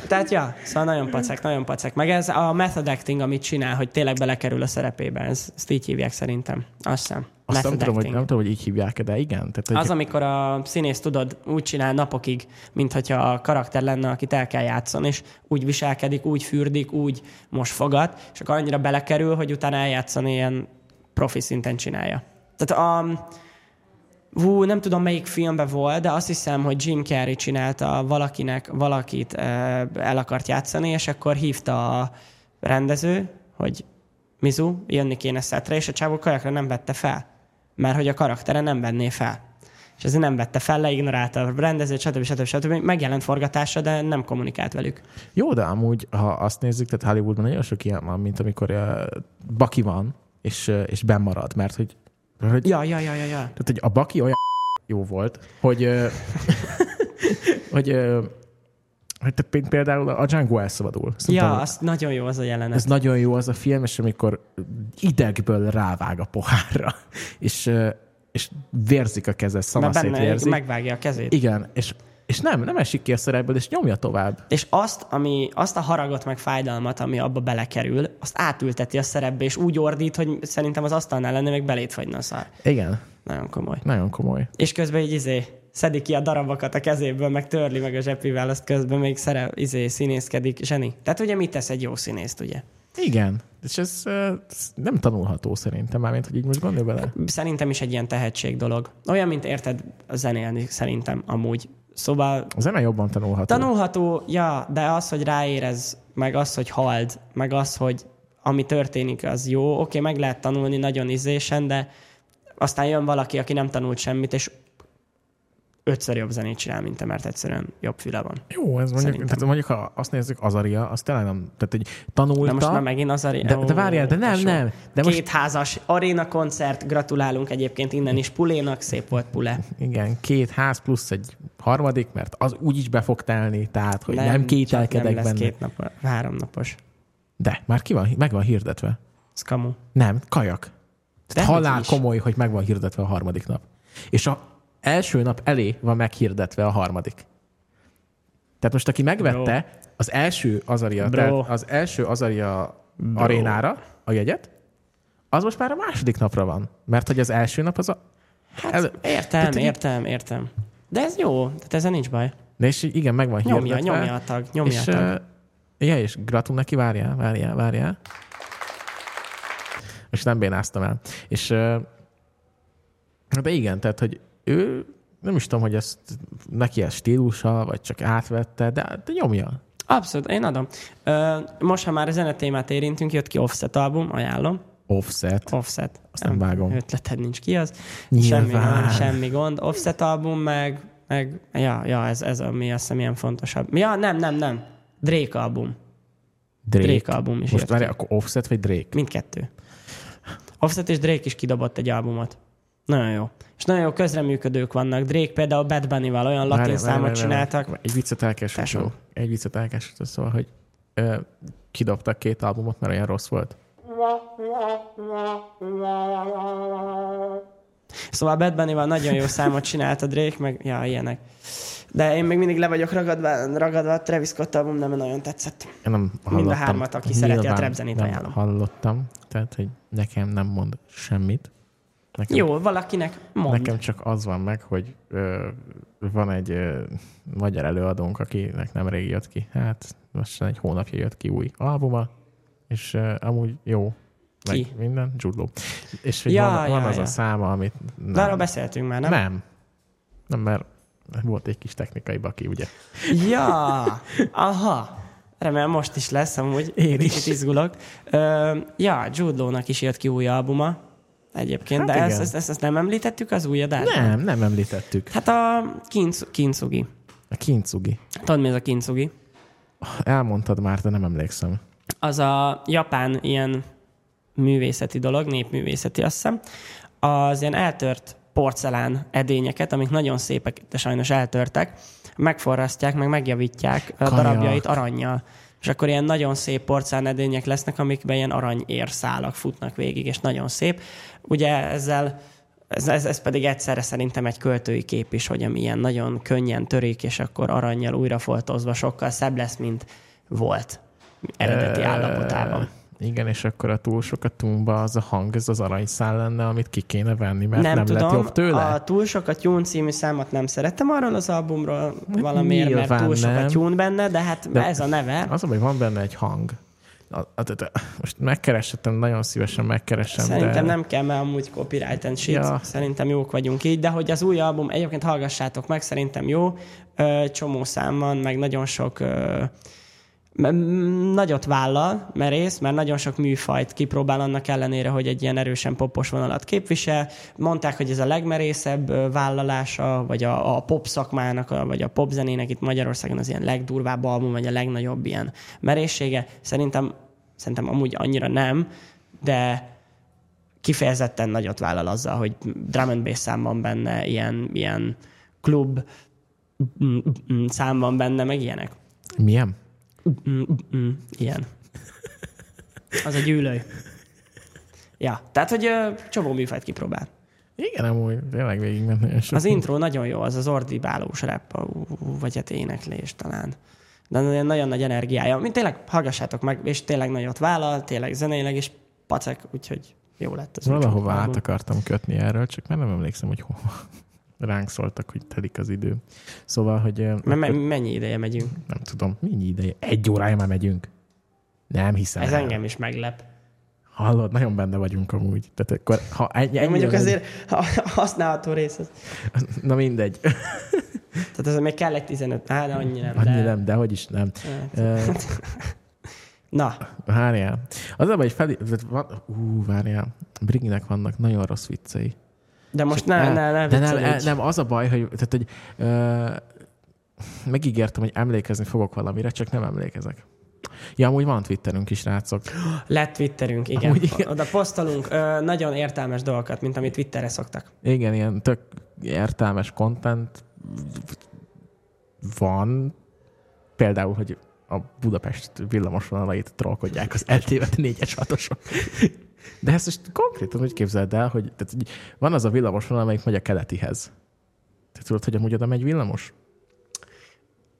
S1: tehát ja, szóval nagyon pacek, nagyon pacek. Meg ez a method acting, amit csinál, hogy tényleg belekerül a szerepébe, ez, ezt így hívják szerintem. Azt hiszem.
S2: Azt
S1: Method
S2: nem tudom, hogy,
S1: acting.
S2: nem tudom, hogy így hívják de igen. Tehát, hogy
S1: Az, amikor a színész, tudod, úgy csinál napokig, mintha a karakter lenne, akit el kell játszon, és úgy viselkedik, úgy fürdik, úgy most fogat, és akkor annyira belekerül, hogy utána eljátszani ilyen profi szinten csinálja. Tehát um, a... Hú, nem tudom melyik filmben volt, de azt hiszem, hogy Jim Carrey csinálta valakinek, valakit eh, el akart játszani, és akkor hívta a rendező, hogy Mizu, jönni kéne szetre, és a csávó kajakra nem vette fel. Mert hogy a karaktere nem venné fel. És ezért nem vette fel, leignorálta a rendezőt, stb. stb. stb. Megjelent forgatása, de nem kommunikált velük.
S2: Jó, de amúgy, ha azt nézzük, tehát Hollywoodban nagyon sok ilyen van, mint amikor uh, Baki van, és, uh, és bemarad, mert hogy, mert hogy
S1: Ja, ja, ja, ja, ja.
S2: Tehát, hogy a Baki olyan jó volt,
S1: [LAUGHS]
S2: hogy, ö, hogy, ö, hogy te pé- például a Django elszabadul. Azt nem
S1: Ja,
S2: tudom,
S1: az nagyon jó az a jelenet.
S2: ez nagyon jó az a film, és amikor idegből rávág a pohárra, [LAUGHS] és, ö, és vérzik a keze,
S1: Mert
S2: szanaszét
S1: benne
S2: vérzik. Meg...
S1: megvágja a kezét.
S2: Igen, és, és nem, nem esik ki a szerepből, és nyomja tovább.
S1: És azt, ami, azt a haragot meg fájdalmat, ami abba belekerül, azt átülteti a szerepbe, és úgy ordít, hogy szerintem az asztalnál lenne, még belét fagyna a szar.
S2: Igen,
S1: Nagyon komoly.
S2: nagyon komoly.
S1: És közben így izé, szedi ki a darabokat a kezéből, meg törli meg a zsepivel, azt közben még szerep, izé, színészkedik. Zseni. Tehát ugye mit tesz egy jó színészt, ugye?
S2: Igen, és ez, ö, ez nem tanulható szerintem, mármint, hogy így most gondolj bele.
S1: Szerintem is egy ilyen tehetség dolog. Olyan, mint érted zenélni, szerintem amúgy. Szóval
S2: A zene jobban tanulható.
S1: Tanulható, ja, de az, hogy ráérez, meg az, hogy hald, meg az, hogy ami történik, az jó. Oké, meg lehet tanulni nagyon izésen, de aztán jön valaki, aki nem tanult semmit, és ötször jobb zenét csinál, mint te, mert egyszerűen jobb füle van.
S2: Jó, ez mondjuk,
S1: Szerintem.
S2: tehát mondjuk, ha azt nézzük, Azaria, az tényleg nem, tehát egy
S1: Na
S2: tanulta,
S1: most már megint az aréna.
S2: de, de várjál, de nem, nem, de most,
S1: Két házas aréna koncert, gratulálunk egyébként innen is Pulénak, szép volt Pule.
S2: igen, két ház plusz egy harmadik, mert az úgyis be fog telni, tehát, hogy nem,
S1: csak
S2: nem kételkedek
S1: nem lesz
S2: benne.
S1: két nap, háromnapos.
S2: De, már ki van, meg van hirdetve.
S1: Ez kamu.
S2: Nem, kajak. Tehát
S1: Dehogy
S2: halál
S1: is.
S2: komoly, hogy meg van hirdetve a harmadik nap. És a első nap elé van meghirdetve a harmadik. Tehát most, aki megvette az első Azaria,
S1: Bro.
S2: tehát az első Azaria arénára a jegyet, az most már a második napra van. Mert hogy az első nap az a... Hát, el...
S1: Értem,
S2: Tehát, hogy-
S1: értem, értem. De ez jó, tehát ezen nincs baj.
S2: De és így igen, meg van
S1: Nyomja,
S2: hirdetve.
S1: nyomja a tag, nyomja
S2: és,
S1: a tag.
S2: ö, ja, és gratul neki, várjál, várjál, várjál. Most nem bénáztam el. És, ö, de igen, tehát, hogy ő nem is tudom, hogy ezt neki ez stílusa, vagy csak átvette, de, de nyomja.
S1: Abszolút, én adom. Ö, most, ha már zenetémát érintünk, jött ki Offset album, ajánlom.
S2: Offset.
S1: Offset.
S2: Azt nem vágom.
S1: Ötleted nincs ki az.
S2: Nyilván.
S1: Semmi, gond, semmi gond. Offset album, meg, meg ja, ja, ez, ez ami azt hiszem ilyen fontosabb. Ja, nem, nem, nem. Drake album.
S2: Drake.
S1: Drake album is
S2: Most
S1: jött
S2: várj,
S1: ki.
S2: akkor Offset vagy Drake?
S1: Mindkettő. Offset és Drake is kidobott egy albumot. Nagyon jó. És nagyon jó közreműködők vannak. Drake például Bad Bunny-val olyan latin
S2: Várjál,
S1: számot
S2: várjál, várjál.
S1: csináltak.
S2: Egy viccet elkesült.
S1: Tesó.
S2: Egy viccet elkesült, szóval, hogy ö, kidobtak két albumot, mert olyan rossz volt.
S1: Szóval Bad Bunny-val nagyon jó számot csinált a Drake, meg ja, ilyenek. De én még mindig le vagyok ragadva, ragadva a Travis Scott album nem nagyon tetszett.
S2: Én nem hallottam.
S1: hármat, aki szereti a
S2: Nyilván
S1: trap zenét,
S2: nem
S1: ajánlom.
S2: hallottam, tehát hogy nekem nem mond semmit. Nekem,
S1: Jó, valakinek mond.
S2: Nekem csak az van meg, hogy ö, van egy ö, magyar előadónk, akinek nem rég jött ki. Hát most egy hónapja jött ki új albuma, és ö, amúgy jó. Meg
S1: Ki?
S2: minden, Judló. És hogy
S1: Ja,
S2: van, van
S1: ja,
S2: az
S1: ja.
S2: a száma, amit... Nem,
S1: De arról beszéltünk már, nem?
S2: nem. nem. Nem, mert volt egy kis technikai baki, ugye?
S1: Hát- Ja, aha. Remélem most is lesz, amúgy.
S2: Én is.
S1: Kicsit izgulok. Ö, ja, Jude Law-nak is jött ki új albuma. Egyébként,
S2: Hát
S1: de
S2: igen.
S1: ezt, ezt, ezt, ezt, nem említettük az új adásban?
S2: Nem, nem említettük.
S1: Hát a Hát Kintsugi.
S2: A kintsugi.
S1: Tudod, mi ez a kintsugi?
S2: Elmondtad már, de nem emlékszem.
S1: az a japán ilyen művészeti dolog, népművészeti azt hiszem, az ilyen eltört porcelán edényeket, amik nagyon szépek, de sajnos eltörtek, megforrasztják, meg megjavítják a
S2: Kanyar.
S1: darabjait arannyal. És akkor ilyen nagyon szép porcelán edények lesznek, amikben ilyen arany érszálak futnak végig, és nagyon szép. Ugye ezzel ez, ez, ez pedig egyszerre szerintem egy költői kép is, hogy ami ilyen nagyon könnyen törik, és akkor aranyjal újrafoltozva sokkal szebb lesz, mint volt eredeti állapotában.
S2: Ö, Igen, és akkor a túl sok a tumba, az a hang, ez az aranyszál lenne, amit ki kéne venni, mert nem, nem
S1: tudom,
S2: lett jobb tőle?
S1: a túl sok a Tune című számot nem szerettem arról az albumról valamiért, mert
S2: Hát nyilván
S1: túl sok a
S2: nem.
S1: Tune benne, de hát de ez a neve.
S2: Az a baj, van benne egy hang. A, a, a, a, most megkeresettem, nagyon szívesen megkeresem, de...
S1: Szerintem nem kell, mert amúgy copyright and shit. Ja.
S2: Ja.
S1: Szerintem jók vagyunk így, de hogy az új album, egyébként hallgassátok meg, szerintem jó. Ö, Csomó szám van, meg nagyon sok ö, m- m- nagyot vállal, merész, mert nagyon sok műfajt kipróbál annak ellenére, hogy egy ilyen erősen popos vonalat képvisel. Mondták, hogy ez a legmerészebb ö, vállalása, vagy a, a pop szakmának, a- vagy a popzenének itt Magyarországon az ilyen legdurvább album, vagy a legnagyobb ilyen merészsége. Szerintem, szerintem amúgy annyira nem, de kifejezetten nagyot vállal azzal, hogy drum and bass szám van benne, ilyen, ilyen klub mm, mm, szám van benne, meg ilyenek.
S2: Milyen?
S1: Mm, mm, mm, ilyen. Az egy ülő. Ja, tehát, hogy ö, csomó műfajt kipróbál.
S2: Igen, amúgy tényleg végigment nagyon sok.
S1: Az intro nagyon jó, az az ordibálós rap, ú, vagy hát éneklés talán. De nagyon, nagyon nagy energiája. Mint tényleg hallgassátok meg, és tényleg nagyot vállal, tényleg zeneileg, és pacek, úgyhogy jó lett ez.
S2: Valahova át akartam kötni erről, csak már nem emlékszem, hogy hova. [LAUGHS] Ránk szóltak, hogy telik az idő. Szóval, hogy ö,
S1: Me- me- mennyi ideje megyünk?
S2: nem tudom, mennyi ideje. Egy órája már megyünk. Nem hiszem.
S1: Ez
S2: el.
S1: engem is meglep.
S2: Hallod, nagyon benne vagyunk amúgy. Tehát akkor, ha ennyi,
S1: Én
S2: ennyi
S1: mondjuk azért a a használható rész az.
S2: Na mindegy.
S1: Tehát ez még kell egy 15, hát de annyi nem.
S2: [LAUGHS] Annyi
S1: de...
S2: nem, de hogy is nem. Ö,
S1: Na,
S2: [LAUGHS] Várjál. Az abban, hogy fel... tehát van- Ú, várjál. Briginek vannak nagyon rossz viccei.
S1: de most ne,
S2: El-
S1: ne, ne,
S2: de nem,
S1: viccelődj.
S2: el- nem, az a baj, hogy, tehát, hogy ö, megígértem, hogy emlékezni fogok valamire, csak nem emlékezek. Ja, amúgy van Twitterünk is, rácok.
S1: Lett Twitterünk, igen.
S2: Amúgy
S1: Amúgy,
S2: igen.
S1: Oda posztolunk ö, nagyon értelmes dolgokat, mint amit Twitterre szoktak.
S2: Igen, ilyen tök értelmes content van. Például, hogy a Budapest villamosvonalait trollkodják az eltévedt négyes hatosok. De ezt most konkrétan úgy képzeld el, hogy, tehát, hogy van az a villamosvonal, amelyik megy a keletihez. Te tudod, hogy amúgy oda megy villamos?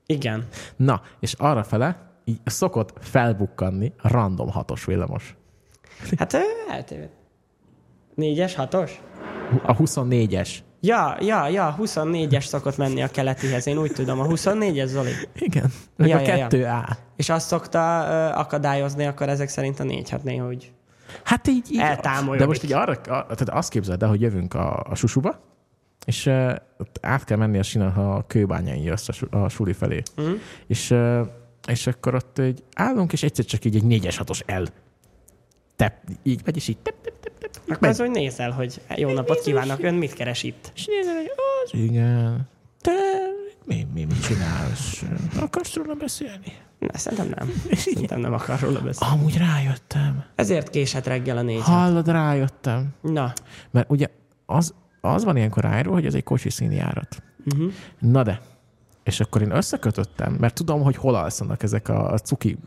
S1: Igen.
S2: Na, és arrafele így szokott felbukkanni a random hatos villamos.
S1: Hát ö, eltéved. Négyes, hatos?
S2: A 24-es.
S1: Ja, ja, ja, 24-es szokott menni a keletihez, én úgy tudom, a 24-es Zoli.
S2: Igen. Meg
S1: Ja,
S2: a
S1: ja, ja.
S2: 2A.
S1: És azt szokta ö, akadályozni, akkor ezek szerint a négy, hát néha úgy.
S2: Hát így, így
S1: Eltámolyodik.
S2: De most így arra, a, tehát azt képzeld el, hogy jövünk a, a susuba, és uh, át kell menni a sina, ha a kőbányai jössz a, su- a suli felé. Mm. És, uh, és akkor ott így állunk, és egyszer csak így egy 4-es 6-os L. Tep, így megy, és így tep, tep, tep, tep, így
S1: Akkor
S2: megy.
S1: az úgy nézel, hogy jó napot kívánok, ön mit keres itt?
S2: És nézem, hogy az, igen, te mi, mi, mit csinálsz? Akarsz róla beszélni?
S1: Na, szerintem
S2: [LAUGHS]
S1: nem. Szerintem nem akar róla beszélni.
S2: Amúgy rájöttem.
S1: Ezért késett reggel a négy.
S2: Hallod, rájöttem.
S1: Na,
S2: Mert ugye az, az van ilyenkor ráírva, hogy ez egy kocsi színjárat. Uh-huh. Na de, és akkor én összekötöttem, mert tudom, hogy hol alszanak ezek a, a cuki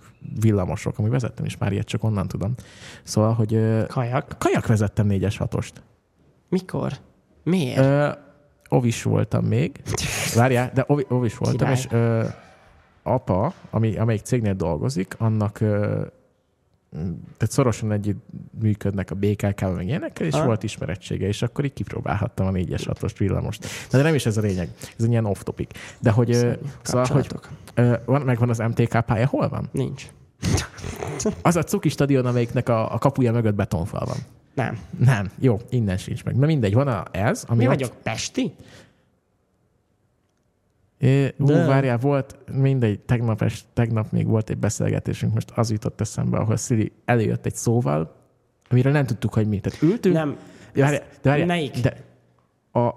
S2: villamosok, ami vezettem is már ilyet, csak onnan tudom. Szóval, hogy ö,
S1: kajak.
S2: kajak vezettem 4-es 6-ost.
S1: Mikor? Miért?
S2: Ö, ovis voltam még. Várjál, de ovi, ovis voltam,
S1: Király.
S2: és ö, apa, ami, amelyik cégnél dolgozik, annak ö, m, tehát szorosan együtt működnek a bkk val meg ilyenekkel, és
S1: Aha.
S2: ha? volt ismerettsége, és akkor így kipróbálhattam a 4-es 6-os villamost. Na, de nem is ez a lényeg, ez egy ilyen off-topic. De hogy, ö, szóval, hogy
S1: Kapcsolatok.
S2: ö, van, megvan az MTK pálya, hol van?
S1: Nincs.
S2: Az a cuki stadion, amelyiknek a, a kapuja mögött betonfal van.
S1: Nem.
S2: Nem, jó, innen sincs meg. Na mindegy, van a, ez, ami
S1: Mi
S2: ott-
S1: vagyok? Pesti?
S2: É, ú,
S1: De-
S2: várjál, volt, mindegy, tegnap, est, tegnap még volt egy beszélgetésünk, most az jutott eszembe, ahol Szili előjött egy szóval, amiről nem tudtuk, hogy mi. Tehát ültünk,
S1: Nem.
S2: de várjál, de várjál,
S1: Melyik?
S2: De a,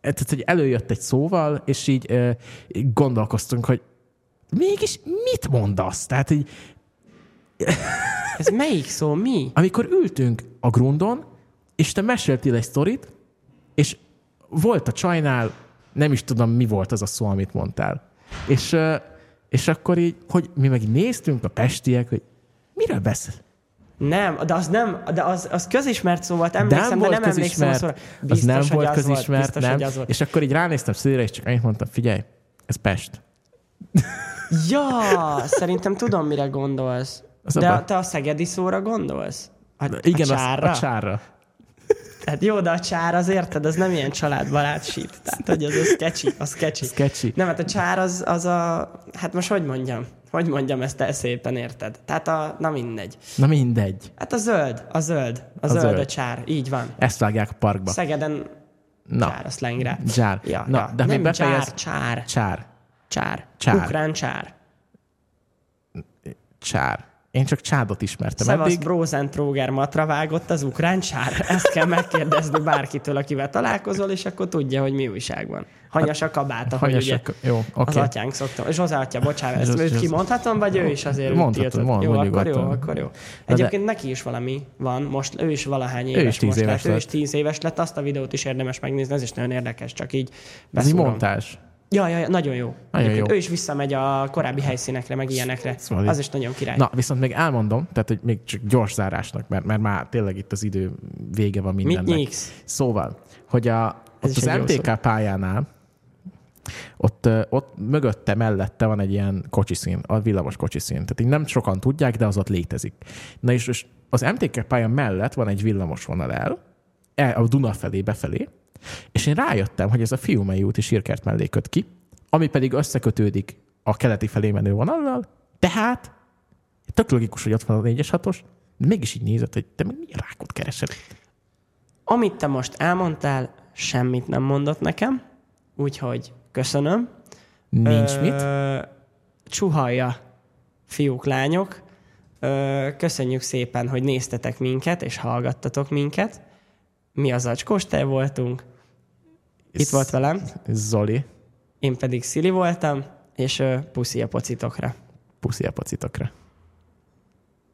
S2: tehát, hogy előjött egy szóval, és így ö, így gondolkoztunk, hogy mégis mit mondasz? Tehát így,
S1: Ez melyik szó? Mi?
S2: amikor ültünk a grundon, és te meséltél egy sztorit, és volt a csajnál, nem is tudom, mi volt az a szó, amit mondtál. És, ö, és akkor így, hogy mi meg így néztünk a pestiek, hogy miről beszél?
S1: Nem, de az nem, de az, az közismert szó volt, emlékszem, de
S2: volt
S1: nem emlékszem a szóra.
S2: az nem
S1: hogy
S2: volt
S1: az
S2: közismert,
S1: biztos,
S2: nem.
S1: Hogy az volt.
S2: És akkor így ránéztem szülőre, és csak annyit mondtam, figyelj, ez Pest.
S1: Ja, szerintem tudom, mire gondolsz.
S2: Az
S1: de
S2: abban-
S1: te a szegedi szóra gondolsz? A,
S2: Igen,
S1: a
S2: a
S1: csárra?
S2: csárra. Az, a csárra.
S1: Hát jó, de a csár az érted, az nem ilyen családbarát shit. Tehát, hogy az, az sketchy, az sketchy.
S2: Sketchy.
S1: Nem, hát a csár az, az a... Hát most hogy mondjam? Hogy mondjam ezt el szépen, érted? Tehát a... Na mindegy.
S2: Na mindegy.
S1: Hát a zöld, a zöld, a, zöld, a
S2: zöld.
S1: csár. Így van.
S2: Ezt vágják a parkba.
S1: Szegeden
S2: Na,
S1: csár, a szlengre.
S2: Csár.
S1: Ja,
S2: Na,
S1: ja.
S2: de ha még
S1: nem
S2: befejez-
S1: csár, csár,
S2: csár.
S1: csár,
S2: Csár.
S1: Ukrán csár.
S2: Csár. Én csak csádot ismertem
S1: Szevasz,
S2: eddig.
S1: Brozen Tróger matra vágott az ukrán csár. Ezt kell megkérdezni bárkitől, akivel találkozol, és akkor tudja, hogy mi újság van. Hanyas a kabát, ahogy
S2: Hanyas a
S1: ugye
S2: ka- jó,
S1: az
S2: oké.
S1: atyánk szoktam. És az atya, bocsánat, ezt
S2: Zsuzsa,
S1: őt
S2: Zsuzsa.
S1: kimondhatom, vagy ő is azért
S2: Mondhatod,
S1: tiltott?
S2: mond-
S1: jó,
S2: mondj
S1: akkor jó,
S2: nyugodtan.
S1: akkor jó.
S2: de-
S1: Egyébként neki is valami van, most ő is valahány éves
S2: is tíz
S1: most,
S2: éves
S1: lett, ő is
S2: lett.
S1: tíz éves lett, azt a videót is érdemes megnézni, ez is nagyon érdekes, csak így
S2: Ez így
S1: beszúrom.
S2: montás.
S1: Ja, ja, ja, nagyon jó.
S2: Nagyon
S1: Egyébként
S2: jó.
S1: Ő is visszamegy a korábbi helyszínekre, meg ilyenekre.
S2: Szóval
S1: Az
S2: így-
S1: is nagyon király.
S2: Na, viszont még elmondom, tehát hogy még csak gyors zárásnak, mert, mert már tényleg itt az idő vége van mindennek.
S1: nyíksz?
S2: Szóval, hogy a, ott
S1: is
S2: az
S1: egy jó
S2: MTK pályánál, ott, ö, ott mögötte, mellette van egy ilyen kocsiszín, a villamos kocsiszín. Tehát így nem sokan tudják, de az ott létezik. Na és, és az MTK pálya mellett van egy villamos vonal el, el, a Duna felé, befelé, és én rájöttem, hogy ez a Fiumei út és Irkert mellé köt ki, ami pedig összekötődik a keleti felé menő vonallal, tehát tök logikus, hogy ott van a 4-es 6-os, de mégis így nézett, hogy te még milyen rákot keresed.
S1: Amit te most elmondtál, semmit nem mondott nekem, úgyhogy köszönöm.
S2: Nincs
S1: Ö,
S2: mit.
S1: Csuhalja, fiúk, lányok. Ö, köszönjük szépen, hogy néztetek minket, és hallgattatok minket. Mi az acskos te voltunk, itt volt velem,
S2: Zoli,
S1: én pedig Szili voltam, és ö, puszi a pocitokra.
S2: puszi a pacitokra.